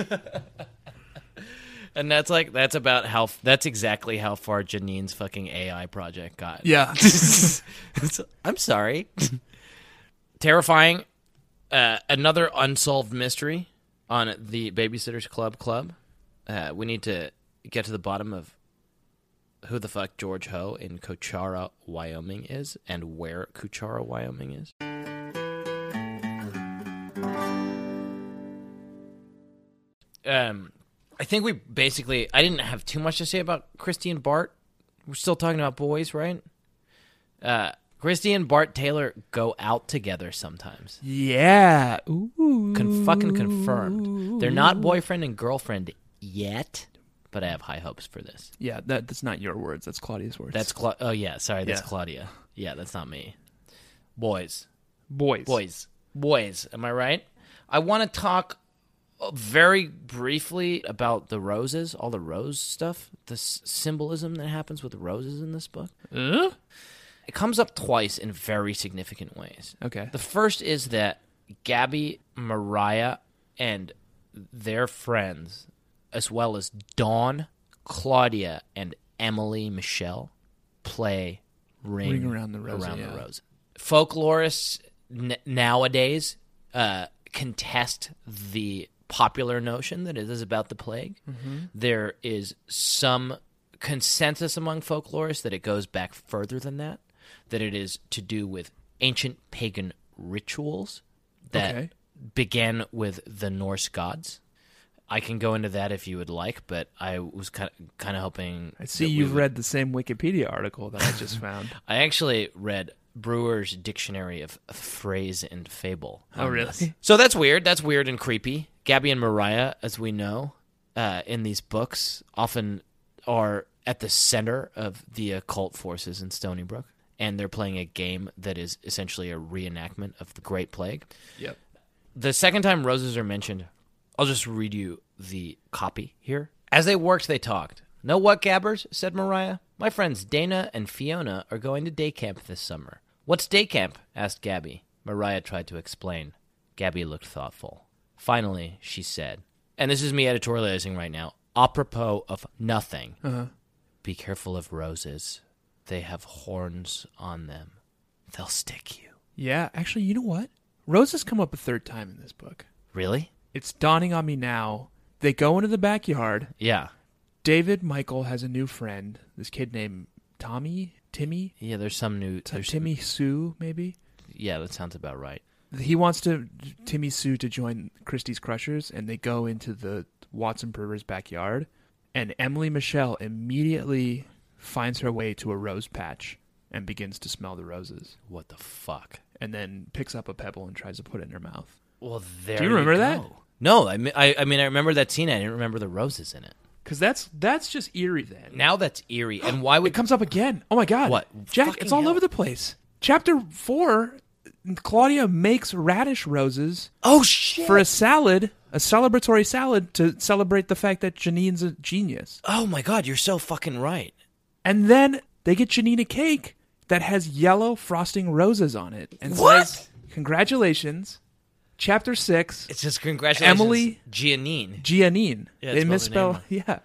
Speaker 2: And that's like that's about how that's exactly how far Janine's fucking AI project got.
Speaker 3: yeah. *laughs*
Speaker 2: It's- *laughs* I'm sorry. Terrifying. Uh, another unsolved mystery on the Babysitters Club Club. Uh, we need to get to the bottom of who the fuck George Ho in Cochara, Wyoming is and where Cochara, Wyoming is. Um, I think we basically, I didn't have too much to say about Christy and Bart. We're still talking about boys, right? uh, Christy and Bart Taylor go out together sometimes.
Speaker 3: Yeah. Ooh.
Speaker 2: Con- fucking confirmed. They're not boyfriend and girlfriend yet, but I have high hopes for this.
Speaker 3: Yeah, that, that's not your words. That's Claudia's words.
Speaker 2: That's Cla- oh yeah, sorry, that's
Speaker 3: Yeah.
Speaker 2: Claudia. Yeah, that's not me. Boys,
Speaker 3: boys.
Speaker 2: boys, boys. Am I right? I want to talk uh, very briefly about the roses, all the rose stuff, the s- symbolism that happens with roses in this book. It comes up twice in very significant ways.
Speaker 3: Okay.
Speaker 2: The first is that Gabby, Mariah, and their friends, as well as Dawn, Claudia, and Emily Michelle, play Ring,
Speaker 3: Ring Around the Rosie,
Speaker 2: Around the
Speaker 3: yeah.
Speaker 2: Rosie. Folklorists n- nowadays uh, contest the popular notion that it is about the plague.
Speaker 3: Mm-hmm.
Speaker 2: There is some consensus among folklorists that it goes back further than that, that it is to do with ancient pagan rituals that
Speaker 3: Okay.
Speaker 2: began with the Norse gods. I can go into that if you would like, but I was kind of, kind of hoping.
Speaker 3: I see you've read the same Wikipedia article that I *laughs* just found.
Speaker 2: I actually read Brewer's Dictionary of Phrase and Fable.
Speaker 3: Oh,
Speaker 2: on
Speaker 3: really?
Speaker 2: this.
Speaker 3: *laughs*
Speaker 2: So that's weird. That's weird and creepy. Gabby and Mariah, as we know, uh, in these books, often are at the center of the occult forces in Stony Brook, and they're playing a game that is essentially a reenactment of the Great Plague.
Speaker 3: yep.
Speaker 2: The second time roses are mentioned, I'll just read you the copy here. As they worked, they talked. Know what, Gabbers? said Mariah. My friends Dana and Fiona are going to day camp this summer. What's day camp? asked Gabby. Mariah tried to explain. Gabby looked thoughtful. Finally, she said, and this is me editorializing right now, apropos of nothing.
Speaker 3: Uh-huh.
Speaker 2: Be careful of roses. They have horns on them. They'll stick you.
Speaker 3: Yeah, actually, you know what? Roses come up a third time in this book.
Speaker 2: Really?
Speaker 3: It's dawning on me now. They go into the backyard.
Speaker 2: Yeah.
Speaker 3: David Michael has a new friend, this kid named Tommy, Timmy,
Speaker 2: Yeah, there's some new.
Speaker 3: T-
Speaker 2: There's
Speaker 3: Timmy Sue, maybe.
Speaker 2: Yeah, that sounds about right.
Speaker 3: He wants to Timmy Sue to join Christie's Crushers, and they go into the Watson Brewer's backyard, and Emily Michelle immediately finds her way to a rose patch and begins to smell the roses,
Speaker 2: What the fuck?
Speaker 3: and then picks up a pebble and tries to put it in her mouth.
Speaker 2: Well, there.
Speaker 3: you remember that?
Speaker 2: go. No, I mean, I, I mean, I remember that scene. I didn't remember the roses in it.
Speaker 3: Cause that's that's just eerie. Then
Speaker 2: Now that's eerie. And why
Speaker 3: it
Speaker 2: would?
Speaker 3: comes up again. Oh my god!
Speaker 2: What?
Speaker 3: Jack?
Speaker 2: Fucking
Speaker 3: It's all
Speaker 2: hell.
Speaker 3: over the place. Chapter four, Claudia makes radish roses
Speaker 2: *gasps* oh shit!
Speaker 3: for a salad, a celebratory salad to celebrate the fact that Janine's a genius.
Speaker 2: oh my god, you're so fucking right.
Speaker 3: And then they get Janine a cake that has yellow frosting roses on it, and
Speaker 2: What?
Speaker 3: says, "Congratulations, Chapter six,
Speaker 2: It's just congratulations,
Speaker 3: Emily-
Speaker 2: Giannine.
Speaker 3: Giannine."
Speaker 2: Yeah,
Speaker 3: they
Speaker 2: it's spelled
Speaker 3: misspell.
Speaker 2: her
Speaker 3: *laughs* Yeah.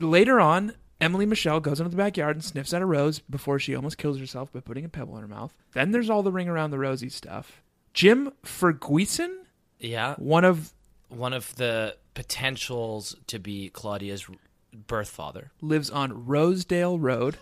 Speaker 3: Later on, Emily Michelle goes into the backyard and sniffs at a rose before she almost kills herself by putting a pebble in her mouth. Then there's all the ring around the rosy stuff. Jim Ferguson,
Speaker 2: Yeah,
Speaker 3: one of
Speaker 2: one of the potentials to be Claudia's birth father.
Speaker 3: lives on
Speaker 2: *laughs*
Speaker 3: Rosedale Road.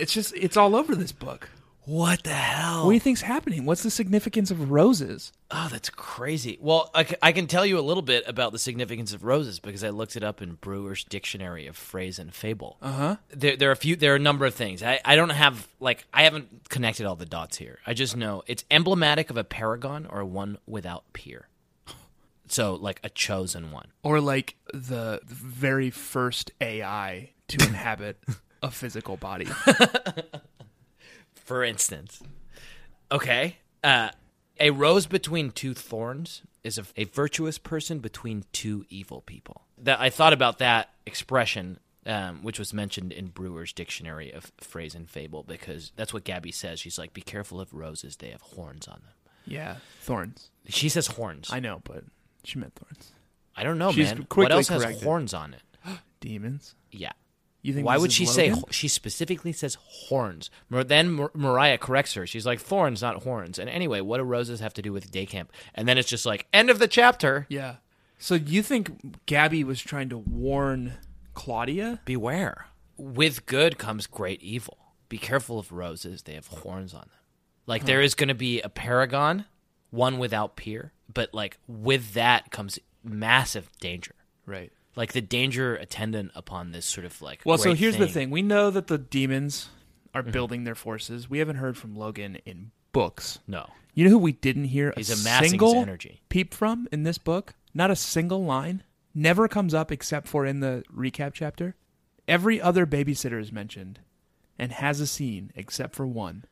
Speaker 3: it's just it's all over this book.
Speaker 2: What the hell?
Speaker 3: What do you think's happening? What's the significance of roses?
Speaker 2: Oh, that's crazy. Well, I, c- I can tell you a little bit about the significance of roses because I looked it up in Brewer's Dictionary of Phrase and Fable. Uh huh. There, there are a few. There are a number of things. I, I don't have like I haven't connected all the dots here. I just know it's emblematic of a paragon or one without peer. So, like a chosen one.
Speaker 3: Or like the very first AI
Speaker 2: *laughs*
Speaker 3: to inhabit a physical body.
Speaker 2: for instance. Okay. Uh, a rose between two thorns is a, a virtuous person between two evil people. That I thought about that expression, um, which was mentioned in Brewer's Dictionary of Phrase and Fable, because that's what Gabby says. She's like, "Be careful of roses; they have horns on them."
Speaker 3: yeah, thorns.
Speaker 2: She says horns.
Speaker 3: I
Speaker 2: I,
Speaker 3: know, but she meant thorns.
Speaker 2: don't know,
Speaker 3: She's
Speaker 2: man. What
Speaker 3: quickly
Speaker 2: else has
Speaker 3: corrected.
Speaker 2: horns on it?
Speaker 3: Demons.
Speaker 2: Yeah.
Speaker 3: You think
Speaker 2: Why
Speaker 3: this
Speaker 2: would
Speaker 3: is
Speaker 2: she say?
Speaker 3: Logan?
Speaker 2: ho- She specifically says horns. Mar- then Mar- Mariah corrects her. She's like thorns, not horns. And anyway, what do roses have to do with day camp? And then it's just like end of the chapter.
Speaker 3: Yeah. So you think Gabby was trying to warn Claudia?
Speaker 2: Beware. With good comes great evil. Be careful of roses. They have horns on them. Like there is going to be a paragon, one without peer. But like with that comes massive danger.
Speaker 3: Right.
Speaker 2: Like the danger attendant upon this sort of like.
Speaker 3: Well, so
Speaker 2: great Mm-hmm.
Speaker 3: here's the thing. We know that the demons are building their forces. We haven't heard from Logan in books.
Speaker 2: No.
Speaker 3: You know who we didn't hear
Speaker 2: He's
Speaker 3: a
Speaker 2: amassing his
Speaker 3: single
Speaker 2: energy.
Speaker 3: peep from in this book? Not a single line. Never comes up except for in the recap chapter. Every other babysitter is mentioned and has a scene except for one.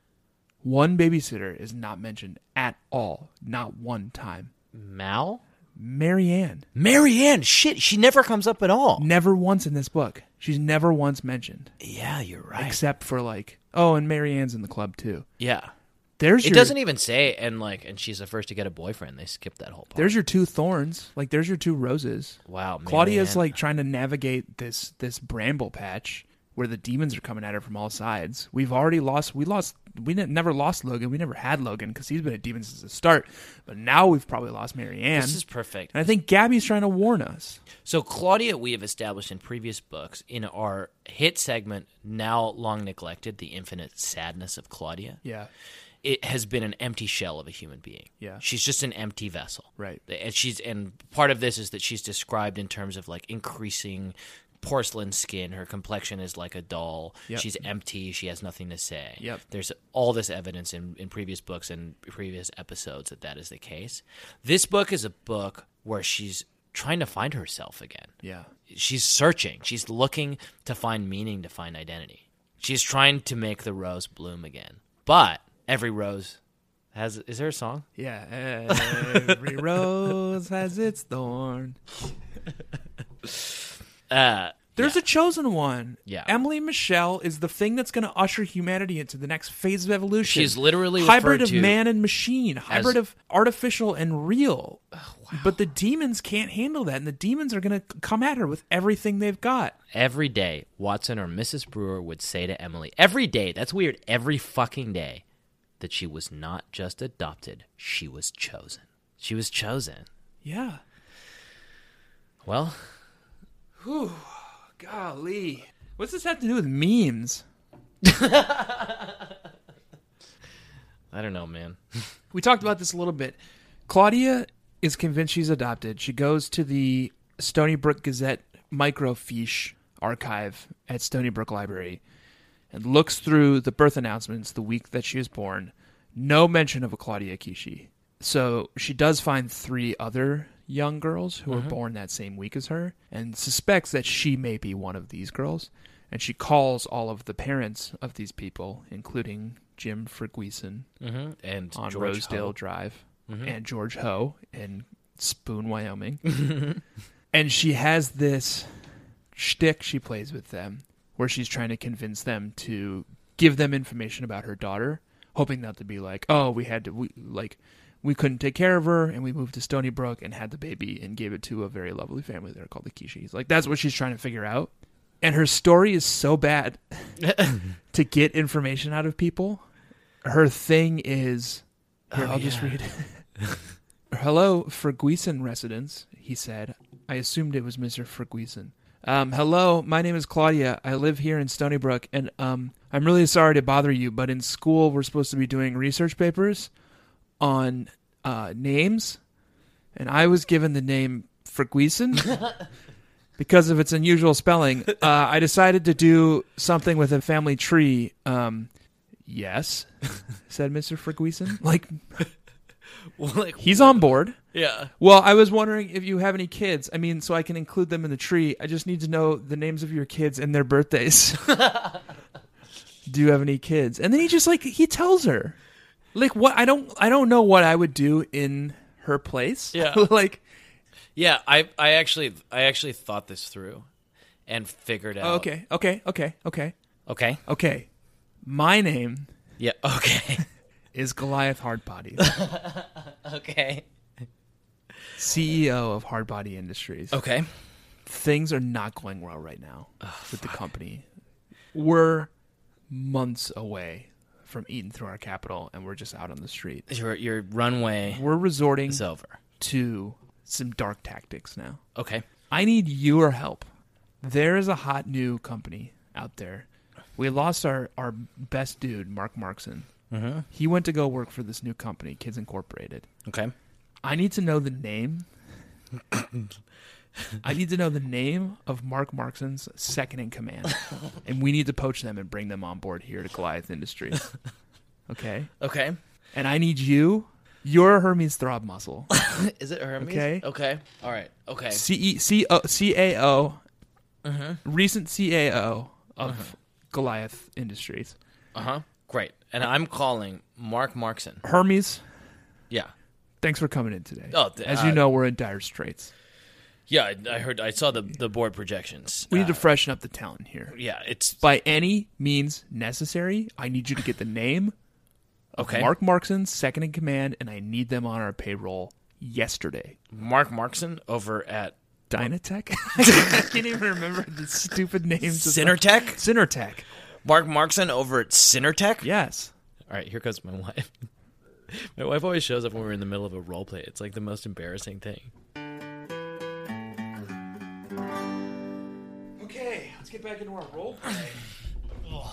Speaker 3: One babysitter is not mentioned at all, not one time.
Speaker 2: Mal.
Speaker 3: Marianne,
Speaker 2: Marianne, shit, she never comes up at all.
Speaker 3: never once in this book. She's never once mentioned
Speaker 2: Yeah, you're right.
Speaker 3: except for like, oh, and Marianne's in the club too.
Speaker 2: yeah.
Speaker 3: There's
Speaker 2: It
Speaker 3: your,
Speaker 2: doesn't e-, even say and like and she's the first to get a boyfriend. They skip that whole part.
Speaker 3: There's your two thorns. Like there's your two roses.
Speaker 2: Wow,
Speaker 3: Claudia's
Speaker 2: Marianne.
Speaker 3: like trying to navigate this this bramble patch where the demons are coming at her from all sides. We've already lost. We lost. We ne- never lost Logan. We never had Logan because he's been a demon since the start. But now we've probably lost Marianne.
Speaker 2: This is perfect.
Speaker 3: and I think Gabby's trying to warn us.
Speaker 2: So Claudia, we have established in previous books in our hit segment, now long neglected, the infinite sadness of Claudia.
Speaker 3: Yeah.
Speaker 2: It has been an empty shell of a human being.
Speaker 3: Yeah.
Speaker 2: she's just an empty vessel.
Speaker 3: Right.
Speaker 2: and she's and part of this is that she's described in terms of like increasing porcelain skin. Her complexion is like a doll.
Speaker 3: Yep.
Speaker 2: She's empty. She has nothing to say.
Speaker 3: Yep.
Speaker 2: There's all this evidence in, in previous books and previous episodes that that is the case. This book is a book where she's trying to find herself again
Speaker 3: Yeah.
Speaker 2: she's searching. She's looking to find meaning, to find identity. She's trying to make the rose bloom again. But every rose has is there a song?
Speaker 3: Yeah. Every *laughs* rose has its thorn.
Speaker 2: Uh
Speaker 3: There's a chosen one.
Speaker 2: Yeah.
Speaker 3: Emily Michelle is the thing that's going to usher humanity into the next phase of evolution.
Speaker 2: She's literally
Speaker 3: hybrid
Speaker 2: referred
Speaker 3: of
Speaker 2: to
Speaker 3: man and machine, hybrid of artificial and real. But the demons can't handle that, and the demons are going to come at her with everything they've got.
Speaker 2: every day Watson or Mrs. Brewer would say to Emily, every day, that's weird, every fucking day, that she was not just adopted, she was chosen. She was chosen.
Speaker 3: Yeah.
Speaker 2: Well,
Speaker 3: Golly. What's this have to do with memes?
Speaker 2: I don't know, man.
Speaker 3: We talked about this a little bit. Claudia is convinced she's adopted. She goes to the Stony Brook Gazette microfiche archive at Stony Brook Library and looks through the birth announcements the week that she was born. No mention of a Claudia Kishi. So she does find three other young girls who were born that same week as her and suspects that she may be one of these girls. And she calls all of the parents of these people, including Jim Friqueson,
Speaker 2: hmm And
Speaker 3: on
Speaker 2: George
Speaker 3: Rosedale
Speaker 2: Ho. Mm-hmm.
Speaker 3: Drive and George Ho in Spoon, Wyoming.
Speaker 2: *laughs*
Speaker 3: and she has this shtick she plays with them where she's trying to convince them to give them information about her daughter, hoping not to be like, oh, we had to, we, like, we couldn't take care of her and we moved to Stony Brook and had the baby and gave it to a very lovely family there called the Kishis. Like, that's what she's trying to figure out. And her story is
Speaker 2: *laughs*
Speaker 3: so bad *laughs* to get information out of people. Her thing is here, I'll just read. *laughs* Hello, Ferguson residence, he said. I assumed it was Mr. Ferguson. Um, hello, my name is Claudia. I live here in Stony Brook, and um, I'm really sorry to bother you, but in school we're supposed to be doing research papers on uh, names, and I was given the name Ferguson because of its unusual spelling. Uh, I decided to do something with a family tree. Um, yes, said Mr. Ferguson. Like,
Speaker 2: *laughs* like,
Speaker 3: He's on board.
Speaker 2: yeah.
Speaker 3: Well, I was wondering if you have any kids. I mean, so I can include them in the tree. I just need to know the names of your kids and their birthdays. do you have any kids? And then he just like he tells her. Like what I don't I don't know what I would do in her place.
Speaker 2: Yeah.
Speaker 3: *laughs* like
Speaker 2: Yeah, I I actually I actually thought this through and figured out
Speaker 3: Oh, okay, okay, okay, okay.
Speaker 2: Okay.
Speaker 3: Okay. My name
Speaker 2: Yeah, *laughs* okay.
Speaker 3: is Goliath Hardbody,
Speaker 2: okay.
Speaker 3: CEO E of Hardbody Industries.
Speaker 2: Okay.
Speaker 3: things are not going well right now with the company. We're months away from eating through our capital, and we're just out on the street.
Speaker 2: Your your runway
Speaker 3: We're resorting
Speaker 2: is over.
Speaker 3: to some dark tactics now.
Speaker 2: Okay.
Speaker 3: I need your help. There is a hot new company out there. We lost our, our best dude, Mark Markson. He went to go work for this new company, Kids Incorporated.
Speaker 2: Okay.
Speaker 3: I need to know the name. I need to know the name of Mark Markson's second in command, and we need to poach them and bring them on board here to Goliath Industries. Okay,
Speaker 2: Okay.
Speaker 3: and I need you. You're Hermes Throb Muscle,
Speaker 2: Is it Hermes?
Speaker 3: Okay.
Speaker 2: Okay. All right. Okay.
Speaker 3: C E C O C A O,
Speaker 2: Uh-huh.
Speaker 3: recent CAO of Goliath Industries.
Speaker 2: Uh-huh. Great. And I'm calling Mark Markson.
Speaker 3: Hermes,
Speaker 2: Yeah.
Speaker 3: thanks for coming in today.
Speaker 2: Oh, th-
Speaker 3: as
Speaker 2: uh,
Speaker 3: you know, we're in dire straits.
Speaker 2: Yeah, I, I heard I saw the the board projections.
Speaker 3: We need
Speaker 2: Uh,
Speaker 3: to freshen up the town here.
Speaker 2: Yeah, it's
Speaker 3: by any means necessary, I need you to get the name of
Speaker 2: okay.
Speaker 3: Mark Markson, second in command, and I need them on our payroll yesterday.
Speaker 2: Mark Markson over at
Speaker 3: Dynatech? *laughs* I can't even remember the stupid names.
Speaker 5: Cinertech?
Speaker 3: Of them. Cinertech.
Speaker 5: Mark Markson over at Cinertech?
Speaker 3: Yes.
Speaker 2: All right, here comes my *laughs* wife. my wife always shows up when we're in the middle of a role play. It's like the most embarrassing thing.
Speaker 3: Okay, let's get back into our role.
Speaker 2: All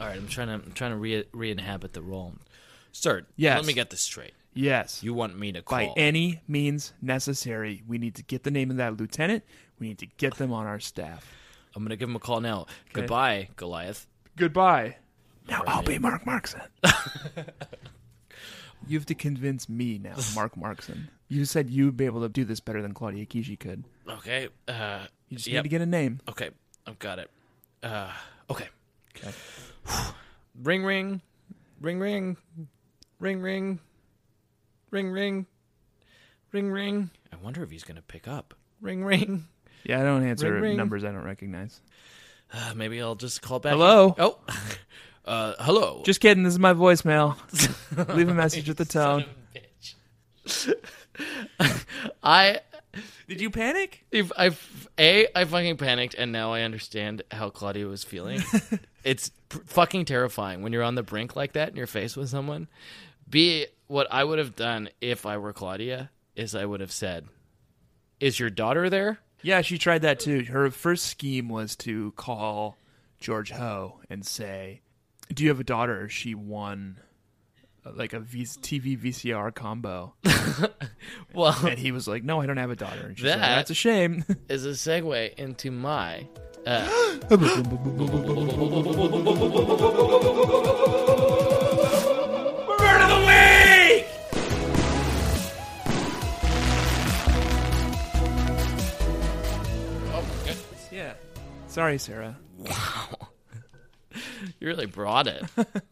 Speaker 2: right, I'm trying to I'm trying to re re-inhabit the role. Sir,
Speaker 3: Yes.
Speaker 2: let me get this straight.
Speaker 3: yes.
Speaker 2: You want me to
Speaker 3: By
Speaker 2: call?
Speaker 3: any means necessary, we need to get the name of that lieutenant. We need to get them on our staff.
Speaker 2: I'm gonna give him a call now. Goodbye, Goliath.
Speaker 3: Goodbye. Now I'll be Mark Markson. *laughs* you have to convince me now, Mark Markson. You said you'd be able to do this better than Claudia Kishi could.
Speaker 2: Okay. Uh,
Speaker 3: You just
Speaker 2: Yep.
Speaker 3: need to get a name.
Speaker 2: okay. I've got it. Uh, okay. *sighs* ring, ring, ring, ring, ring, ring, ring, ring, ring, ring. I wonder if he's gonna pick up. Ring, ring.
Speaker 3: Yeah, I don't answer
Speaker 2: Ring, ring.
Speaker 3: numbers I don't recognize.
Speaker 2: Uh, maybe I'll just call back.
Speaker 3: Hello?
Speaker 2: Oh. *laughs* Uh, hello.
Speaker 3: Just kidding. This is my voicemail. *laughs* Leave a message *laughs* at the tone.
Speaker 2: *laughs* I
Speaker 3: Did you panic?
Speaker 2: If I f- a I fucking panicked, and now I understand how Claudia was feeling. it's pr- fucking terrifying when you're on the brink like that, and you're faced with someone. B, what I would have done if I were Claudia is I would have said, "Is your daughter there?"
Speaker 3: Yeah, she tried that too. Her first scheme was to call George Ho and say, "Do you have a daughter? She won uh, like a v- TV VCR combo."
Speaker 2: Well,
Speaker 3: And he was like, "No, I don't have a daughter." And she's like,
Speaker 2: That-
Speaker 3: "That's a shame."
Speaker 2: *laughs*
Speaker 3: *laughs*
Speaker 2: is a segue into my. Oh
Speaker 3: yeah. Sorry, Sarah.
Speaker 2: You really brought
Speaker 3: *laughs*
Speaker 2: it,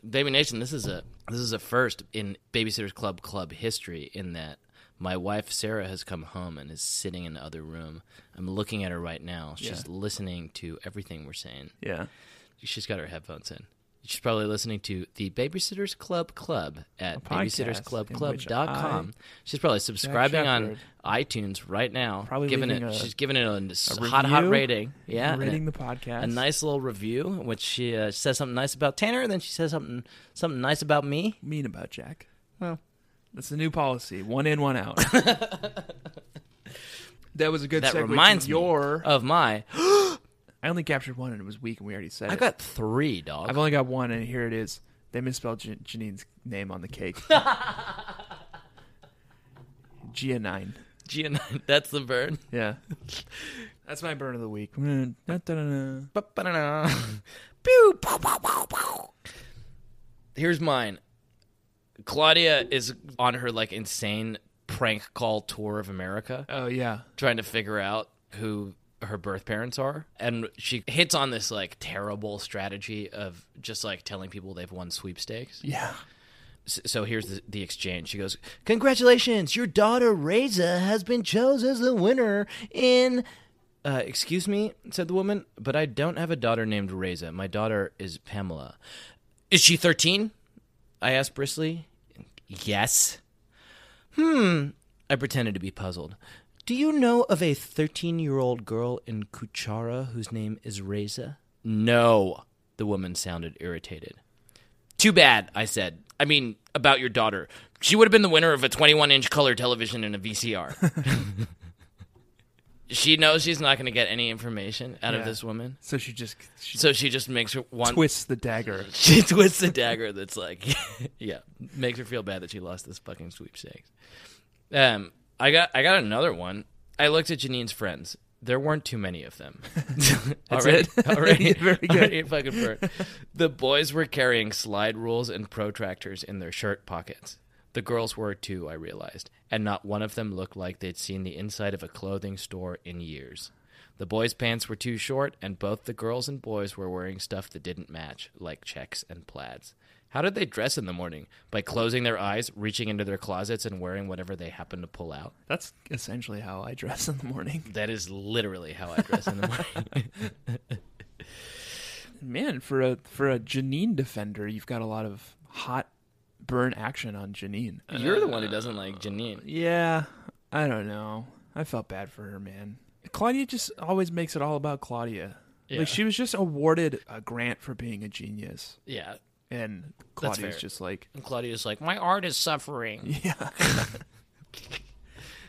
Speaker 2: Baby Nation. This is a this is a first in Babysitters Club Club history in that my wife Sarah has come home and is sitting in the other room. I'm looking at her right now. She's
Speaker 3: Yeah.
Speaker 2: listening to everything we're saying.
Speaker 3: Yeah.
Speaker 2: She's got her headphones in. She's probably listening to the Babysitters Club Club at
Speaker 3: podcast in which
Speaker 2: babysittersclubclub.com. She's probably subscribing on
Speaker 3: Shepard.
Speaker 2: iTunes right now.
Speaker 3: Probably
Speaker 2: giving it.
Speaker 3: leaving a-
Speaker 2: she's giving it a,
Speaker 3: a
Speaker 2: hot hot
Speaker 3: review,
Speaker 2: rating. Yeah, and
Speaker 3: Rating
Speaker 2: it-
Speaker 3: the podcast.
Speaker 2: a nice little review, in which she uh, says something nice about Tanner, and then she says something something nice about me.
Speaker 3: mean about Jack.
Speaker 2: Well.
Speaker 3: that's the new policy: one in,
Speaker 2: *laughs*
Speaker 3: one out. that was a good.
Speaker 2: That
Speaker 3: segue to
Speaker 2: reminds
Speaker 3: your.
Speaker 2: me of my. *gasps*
Speaker 3: I only captured one, and it was weak, and we already said
Speaker 2: I
Speaker 3: it.
Speaker 2: got three, dog.
Speaker 3: I've only got one, and here it is. They misspelled Jan- Janine's name on the cake. Gia nine.
Speaker 2: *laughs* Gia, that's the bird.
Speaker 3: Yeah, that's my burn of the week. Da-da-da-da.
Speaker 2: Ba-ba-da-da. Pew, pow, pow, pow, pow. Here's mine. Claudia is on her like insane prank call tour of America.
Speaker 3: Oh yeah,
Speaker 2: trying to figure out who her birth parents are and she hits on this like terrible strategy of just like telling people they've won sweepstakes
Speaker 3: yeah.
Speaker 2: S- so here's the, the exchange she goes congratulations your daughter reza has been chosen as the winner in uh, excuse me said the woman but i don't have a daughter named reza my daughter is pamela is she 13 i asked briskly yes Hmm. I pretended to be puzzled. Do you know of a 13 year old girl in Kuchara whose name is Reza? No, the woman sounded irritated. Too bad, I said. I mean, about your daughter. She would have been the winner of a 21 inch color television and a VCR. she knows she's not going to get any information out of
Speaker 3: Yeah.
Speaker 2: this woman.
Speaker 3: So she just she
Speaker 2: So she just makes her one.
Speaker 3: twists the dagger.
Speaker 2: *laughs* She twists a dagger that's like, *laughs* yeah, makes her feel bad that she lost this fucking sweepstakes. Um, I got I got another one. I looked at Janine's friends. There weren't too many of
Speaker 3: *laughs*
Speaker 2: them. that's *laughs* already,
Speaker 3: it? *laughs*
Speaker 2: Already,
Speaker 3: Very good.
Speaker 2: already a fucking burn. The boys were carrying slide rules and protractors in their shirt pockets. The girls were too, I realized, and not one of them looked like they'd seen the inside of a clothing store in years. The boys' pants were too short, and both the girls and boys were wearing stuff that didn't match, like checks and plaids. How did they dress in the morning? By closing their eyes, reaching into their closets, and wearing whatever they happened to pull out?
Speaker 3: That's essentially how I dress in the morning.
Speaker 2: That is literally how I dress in the morning.
Speaker 3: Man, for a for a Janine defender, you've got a lot of hot burn action on Janine.
Speaker 2: You're the one who doesn't like Janine.
Speaker 3: Yeah, I don't know. I felt bad for her, man. Claudia just always makes it all about Claudia.
Speaker 2: Yeah.
Speaker 3: Like she was just awarded a grant for being a genius,
Speaker 2: Yeah.
Speaker 3: and
Speaker 2: That's
Speaker 3: Claudia's
Speaker 2: fair.
Speaker 3: just like, *laughs*
Speaker 2: And Claudia's like, my art is suffering.
Speaker 3: yeah.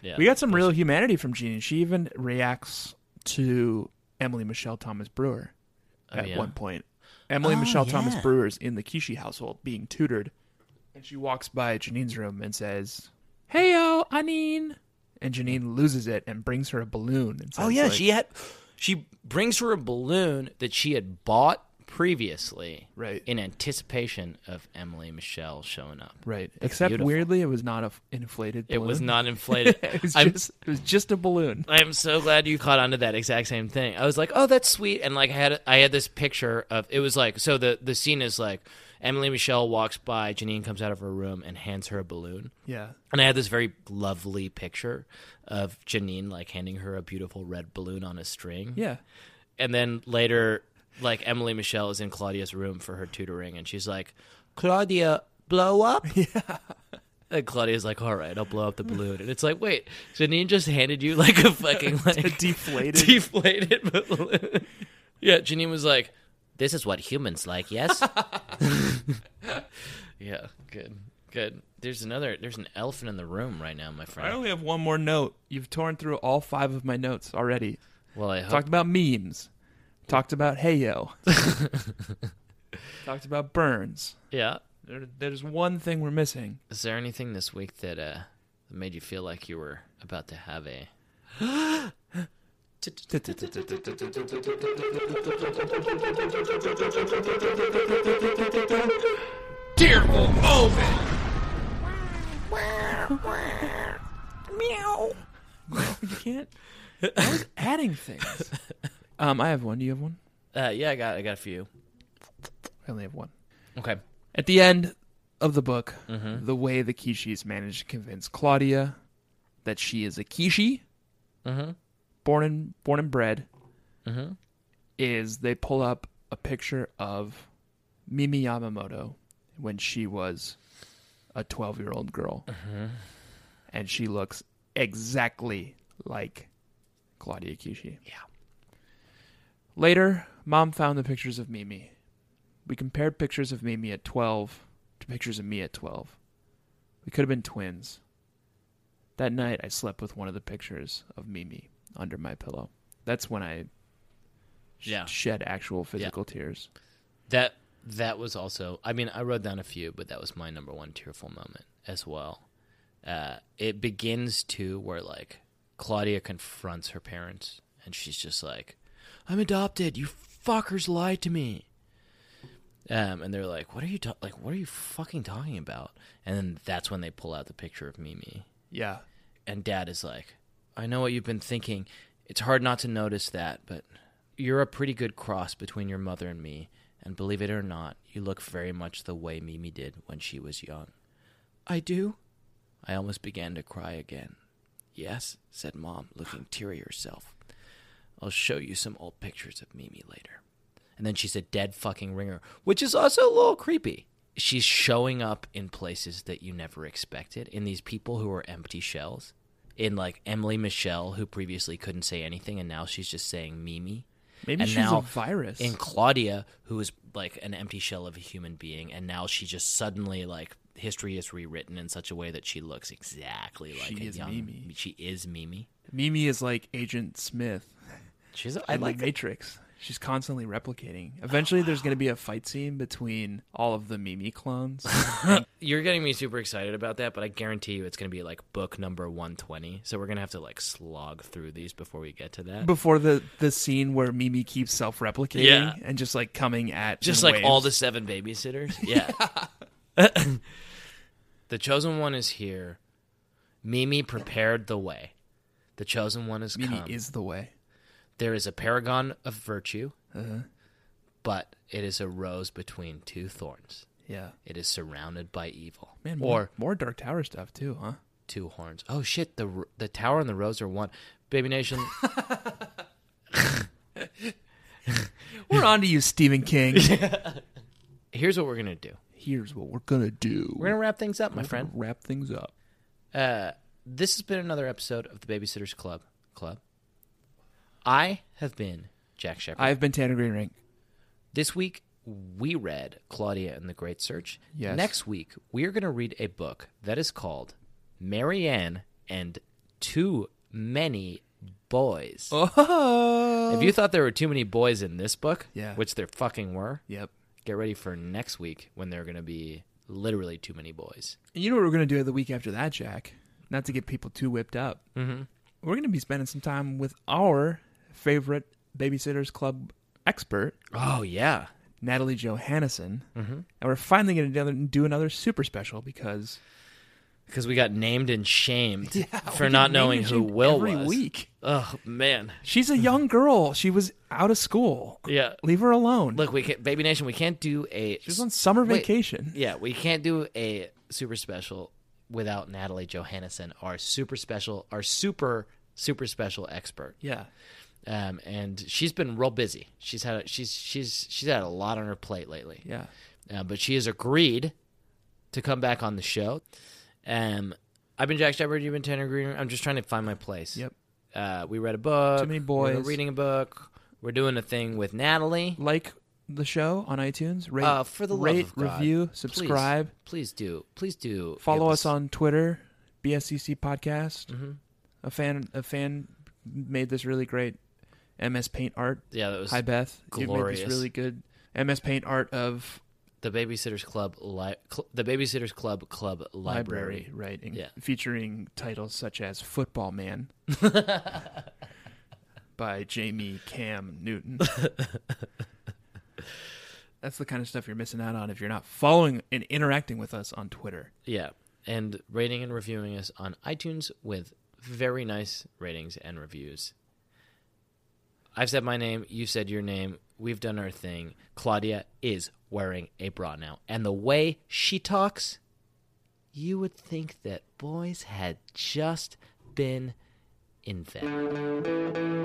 Speaker 2: Yeah.
Speaker 3: We got some real humanity from Jean. She even reacts to Emily Michelle Thomas Brewer at
Speaker 2: Oh, yeah?
Speaker 3: one point. Emily
Speaker 5: Oh,
Speaker 3: Michelle Thomas
Speaker 5: yeah.
Speaker 3: Brewer's in the Kishi household being tutored, and she walks by Janine's room and says, "Hey, yo, Anine," and Janine loses it and brings her a balloon. And
Speaker 2: Oh
Speaker 3: says,
Speaker 2: yeah,
Speaker 3: like,
Speaker 2: she had. She brings her a balloon that she had bought previously,
Speaker 3: Right.
Speaker 2: in anticipation of Emily Michelle showing up.
Speaker 3: right. Except
Speaker 2: beautiful.
Speaker 3: weirdly, it was not a f- inflated.
Speaker 2: It
Speaker 3: Balloon.
Speaker 2: was
Speaker 3: *laughs*
Speaker 2: not inflated.
Speaker 3: it was
Speaker 2: I'm,
Speaker 3: just it was just a balloon.
Speaker 2: I'm so glad you caught on to that exact same thing. I was like, "Oh, that's sweet," and like I had I had this picture of it was like so the the scene is like Emily Michelle walks by, Janine comes out of her room and hands her a balloon.
Speaker 3: Yeah.
Speaker 2: And I had this very lovely picture of Janine like handing her a beautiful red balloon on a string.
Speaker 3: *laughs* Yeah.
Speaker 2: And then later, like Emily Michelle is in Claudia's room for her tutoring, and she's like, "Claudia, blow
Speaker 3: *laughs*
Speaker 2: up." Yeah. And Claudia's like, "All right, I'll blow up the balloon." And it's like, "Wait, Janine just handed you like a fucking like
Speaker 3: *laughs* A deflated-
Speaker 2: deflated balloon." yeah, Janine was like, "This is what humans like,
Speaker 3: *laughs*
Speaker 2: yes." yeah, good, good. There's another. There's an elephant in the room right now, my
Speaker 3: I
Speaker 2: friend.
Speaker 3: only have one more note. You've torn through all five of my notes already.
Speaker 2: Well, I hope
Speaker 3: Talked about memes. Talked about *laughs* Heyo. Talked about Burns.
Speaker 2: yeah.
Speaker 3: There, there's one thing we're missing.
Speaker 2: Is there anything this week that uh that made you feel like you were about to have a
Speaker 3: You can't. I was adding *laughs* things. Um, I have one. Do you have one?
Speaker 2: uh yeah, I got I got a few.
Speaker 3: I only have one.
Speaker 2: Okay.
Speaker 3: At the end of the book, the way the Kishis managed to convince Claudia that she is a Kishi, born and born and bred, is they pull up a picture of Mimi Yamamoto when she was a twelve-year-old girl, and she looks exactly like Claudia Kishi. Yeah. Later, Mom found the pictures of Mimi we compared pictures of Mimi at 12 to pictures of me at 12. We could have been twins. That night, I slept with one of the pictures of Mimi under my pillow. That's when I sh-
Speaker 2: Yeah.
Speaker 3: shed actual physical tears.
Speaker 2: That that was also I mean, I wrote down a few, but that was my number one tearful moment as well. Uh it begins to where like Claudia confronts her parents and she's just like, I'm adopted, you fuckers lied to me. Um, and they're like, "What are you ta- like? What are you fucking talking about?" And then that's when they pull out the picture of Mimi,
Speaker 3: Yeah.
Speaker 2: and dad is like, I know what you've been thinking. It's hard not to notice that, but you're a pretty good cross between your mother and me. And believe it or not, you look very much the way Mimi did when she was young. I do? I almost began to cry again. Yes, said Mom, looking teary herself. I'll show you some old pictures of Mimi later. And then she's a dead fucking ringer, which is also a little creepy. She's showing up in places that you never expected, in these people who are empty shells, in like Emily Michelle, who previously couldn't say anything, and now she's just saying Mimi.
Speaker 3: Maybe
Speaker 2: and
Speaker 3: she's
Speaker 2: now
Speaker 3: a virus.
Speaker 2: In Claudia, who is like an empty shell of a human being, and now she just suddenly like history is rewritten in such a way that she looks exactly like
Speaker 3: She
Speaker 2: a
Speaker 3: is
Speaker 2: young.
Speaker 3: Mimi.
Speaker 2: She is Mimi.
Speaker 3: Mimi is like Agent Smith
Speaker 2: She's. I
Speaker 3: in
Speaker 2: like.
Speaker 3: the Matrix. She's constantly replicating. Eventually, there's going to be a fight scene between all of the
Speaker 2: *laughs*
Speaker 3: Mimi clones.
Speaker 2: You're getting me super excited about that, but I guarantee you it's going to be like book number 120. So we're going to have to like slog through these before we get to that.
Speaker 3: before the the scene where Mimi keeps self replicating
Speaker 2: Yeah.
Speaker 3: and just like coming at
Speaker 2: Just
Speaker 3: in
Speaker 2: like all the
Speaker 3: waves.
Speaker 2: seven *laughs* babysitters. Yeah. *laughs* the chosen one is here. Mimi prepared the way. The chosen one has
Speaker 3: Mimi
Speaker 2: come.
Speaker 3: is the way.
Speaker 2: there is a paragon of virtue, but it is a rose between two thorns.
Speaker 3: Yeah,
Speaker 2: It is surrounded by evil.
Speaker 3: man. More,
Speaker 2: or
Speaker 3: more Dark Tower stuff too,
Speaker 2: *laughs*
Speaker 3: huh?
Speaker 2: two horns. Oh shit, the r- the tower and the rose are one. Baby *laughs* Nation.
Speaker 3: We're on to you, Stephen King.
Speaker 2: Here's what we're gonna do.
Speaker 3: *laughs* Here's what we're gonna do.
Speaker 2: We're gonna wrap things up, my
Speaker 3: We're gonna
Speaker 2: friend.
Speaker 3: wrap things up.
Speaker 2: Uh, this has been another episode of the Babysitters Club. Club. I have been Jack Shepard.
Speaker 3: I've been Tanner Greenring.
Speaker 2: This week, we read Claudia and the Great Search.
Speaker 3: Yes.
Speaker 2: Next week, we are going to read a book that is called Marianne and Too Many Boys.
Speaker 3: Oh.
Speaker 2: If you thought there were too many boys in this book,
Speaker 3: Yeah.
Speaker 2: which there fucking were,
Speaker 3: Yep.
Speaker 2: get ready for next week when there are going to be literally too many boys.
Speaker 3: And you know what we're going to do the week after that, Jack? Not to get people too whipped up. Mm-hmm. We're going to be spending some time with our favorite Babysitters Club expert,
Speaker 2: Oh, yeah.
Speaker 3: Natalie Johannesson. Mm-hmm. And we're finally going to do another super special because
Speaker 2: Because we got named and
Speaker 3: *laughs*
Speaker 2: shamed for not knowing who Will
Speaker 3: every
Speaker 2: was.
Speaker 3: week.
Speaker 2: Oh, man. *laughs*
Speaker 3: She's a young girl. She was out of school.
Speaker 2: Yeah.
Speaker 3: Leave her alone.
Speaker 2: Look, we can, Baby Nation, we can't do a.
Speaker 3: She's on summer
Speaker 2: Wait.
Speaker 3: vacation.
Speaker 2: Yeah, we can't do a super special without Natalie Johannesson, our super special, our super super special expert.
Speaker 3: Yeah.
Speaker 2: Um, and she's been real busy. She's had she's she's she's had a lot on her plate lately.
Speaker 3: Yeah.
Speaker 2: Uh, but she has agreed to come back on the show. Um, I've been Jack Shepard. You've been Tanner Green. I'm just trying to find my place.
Speaker 3: Yep.
Speaker 2: Uh, we read a book.
Speaker 3: Too many
Speaker 2: We're
Speaker 3: boys.
Speaker 2: reading a book. We're doing a thing with Natalie.
Speaker 3: Like the show on iTunes. Rate,
Speaker 2: Uh, for the love
Speaker 3: rate,
Speaker 2: of God,
Speaker 3: review,
Speaker 2: please-
Speaker 3: subscribe.
Speaker 2: Please, do. Please do.
Speaker 3: Follow
Speaker 2: give
Speaker 3: us on Twitter, BSCC Podcast.
Speaker 2: Mm-hmm.
Speaker 3: A fan, a fan made this really great MS Paint art.
Speaker 2: Yeah, that was
Speaker 3: Hi Beth, you made
Speaker 2: glorious.
Speaker 3: this really good MS Paint art of
Speaker 2: the Babysitters Club. Li- cl- the Babysitters Club Club Library.
Speaker 3: library, right? and
Speaker 2: Yeah.
Speaker 3: featuring titles such as
Speaker 2: *laughs*
Speaker 3: Football Man by Jamie Cam
Speaker 2: *laughs*
Speaker 3: Newton. That's the kind of stuff you're missing out on if you're not following and interacting with us on Twitter.
Speaker 2: Yeah, and rating and reviewing us on iTunes with very nice ratings and reviews. I've said my name. You said your name. We've done our thing. Claudia is wearing a bra now, and the way she talks, you would think that boys had just been invented.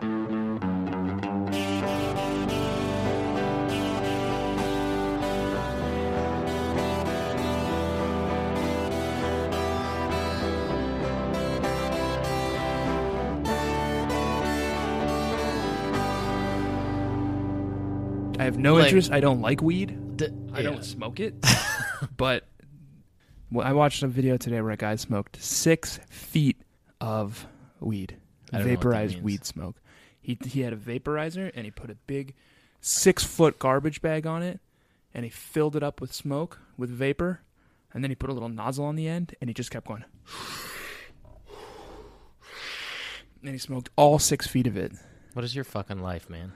Speaker 3: I have no
Speaker 2: Like-
Speaker 3: interest. I don't like weed.
Speaker 2: D-
Speaker 3: I don't smoke *laughs* it, but well, I watched a video today where a guy smoked six feet of weed,
Speaker 2: don't know what that
Speaker 3: vaporized
Speaker 2: means.
Speaker 3: weed smoke. He he had a vaporizer and he put a big six foot garbage bag on it, and he filled it up with smoke with vapor, and then he put a little nozzle on the end, and he just kept going. And he smoked all six feet of it.
Speaker 2: What is your fucking life, man?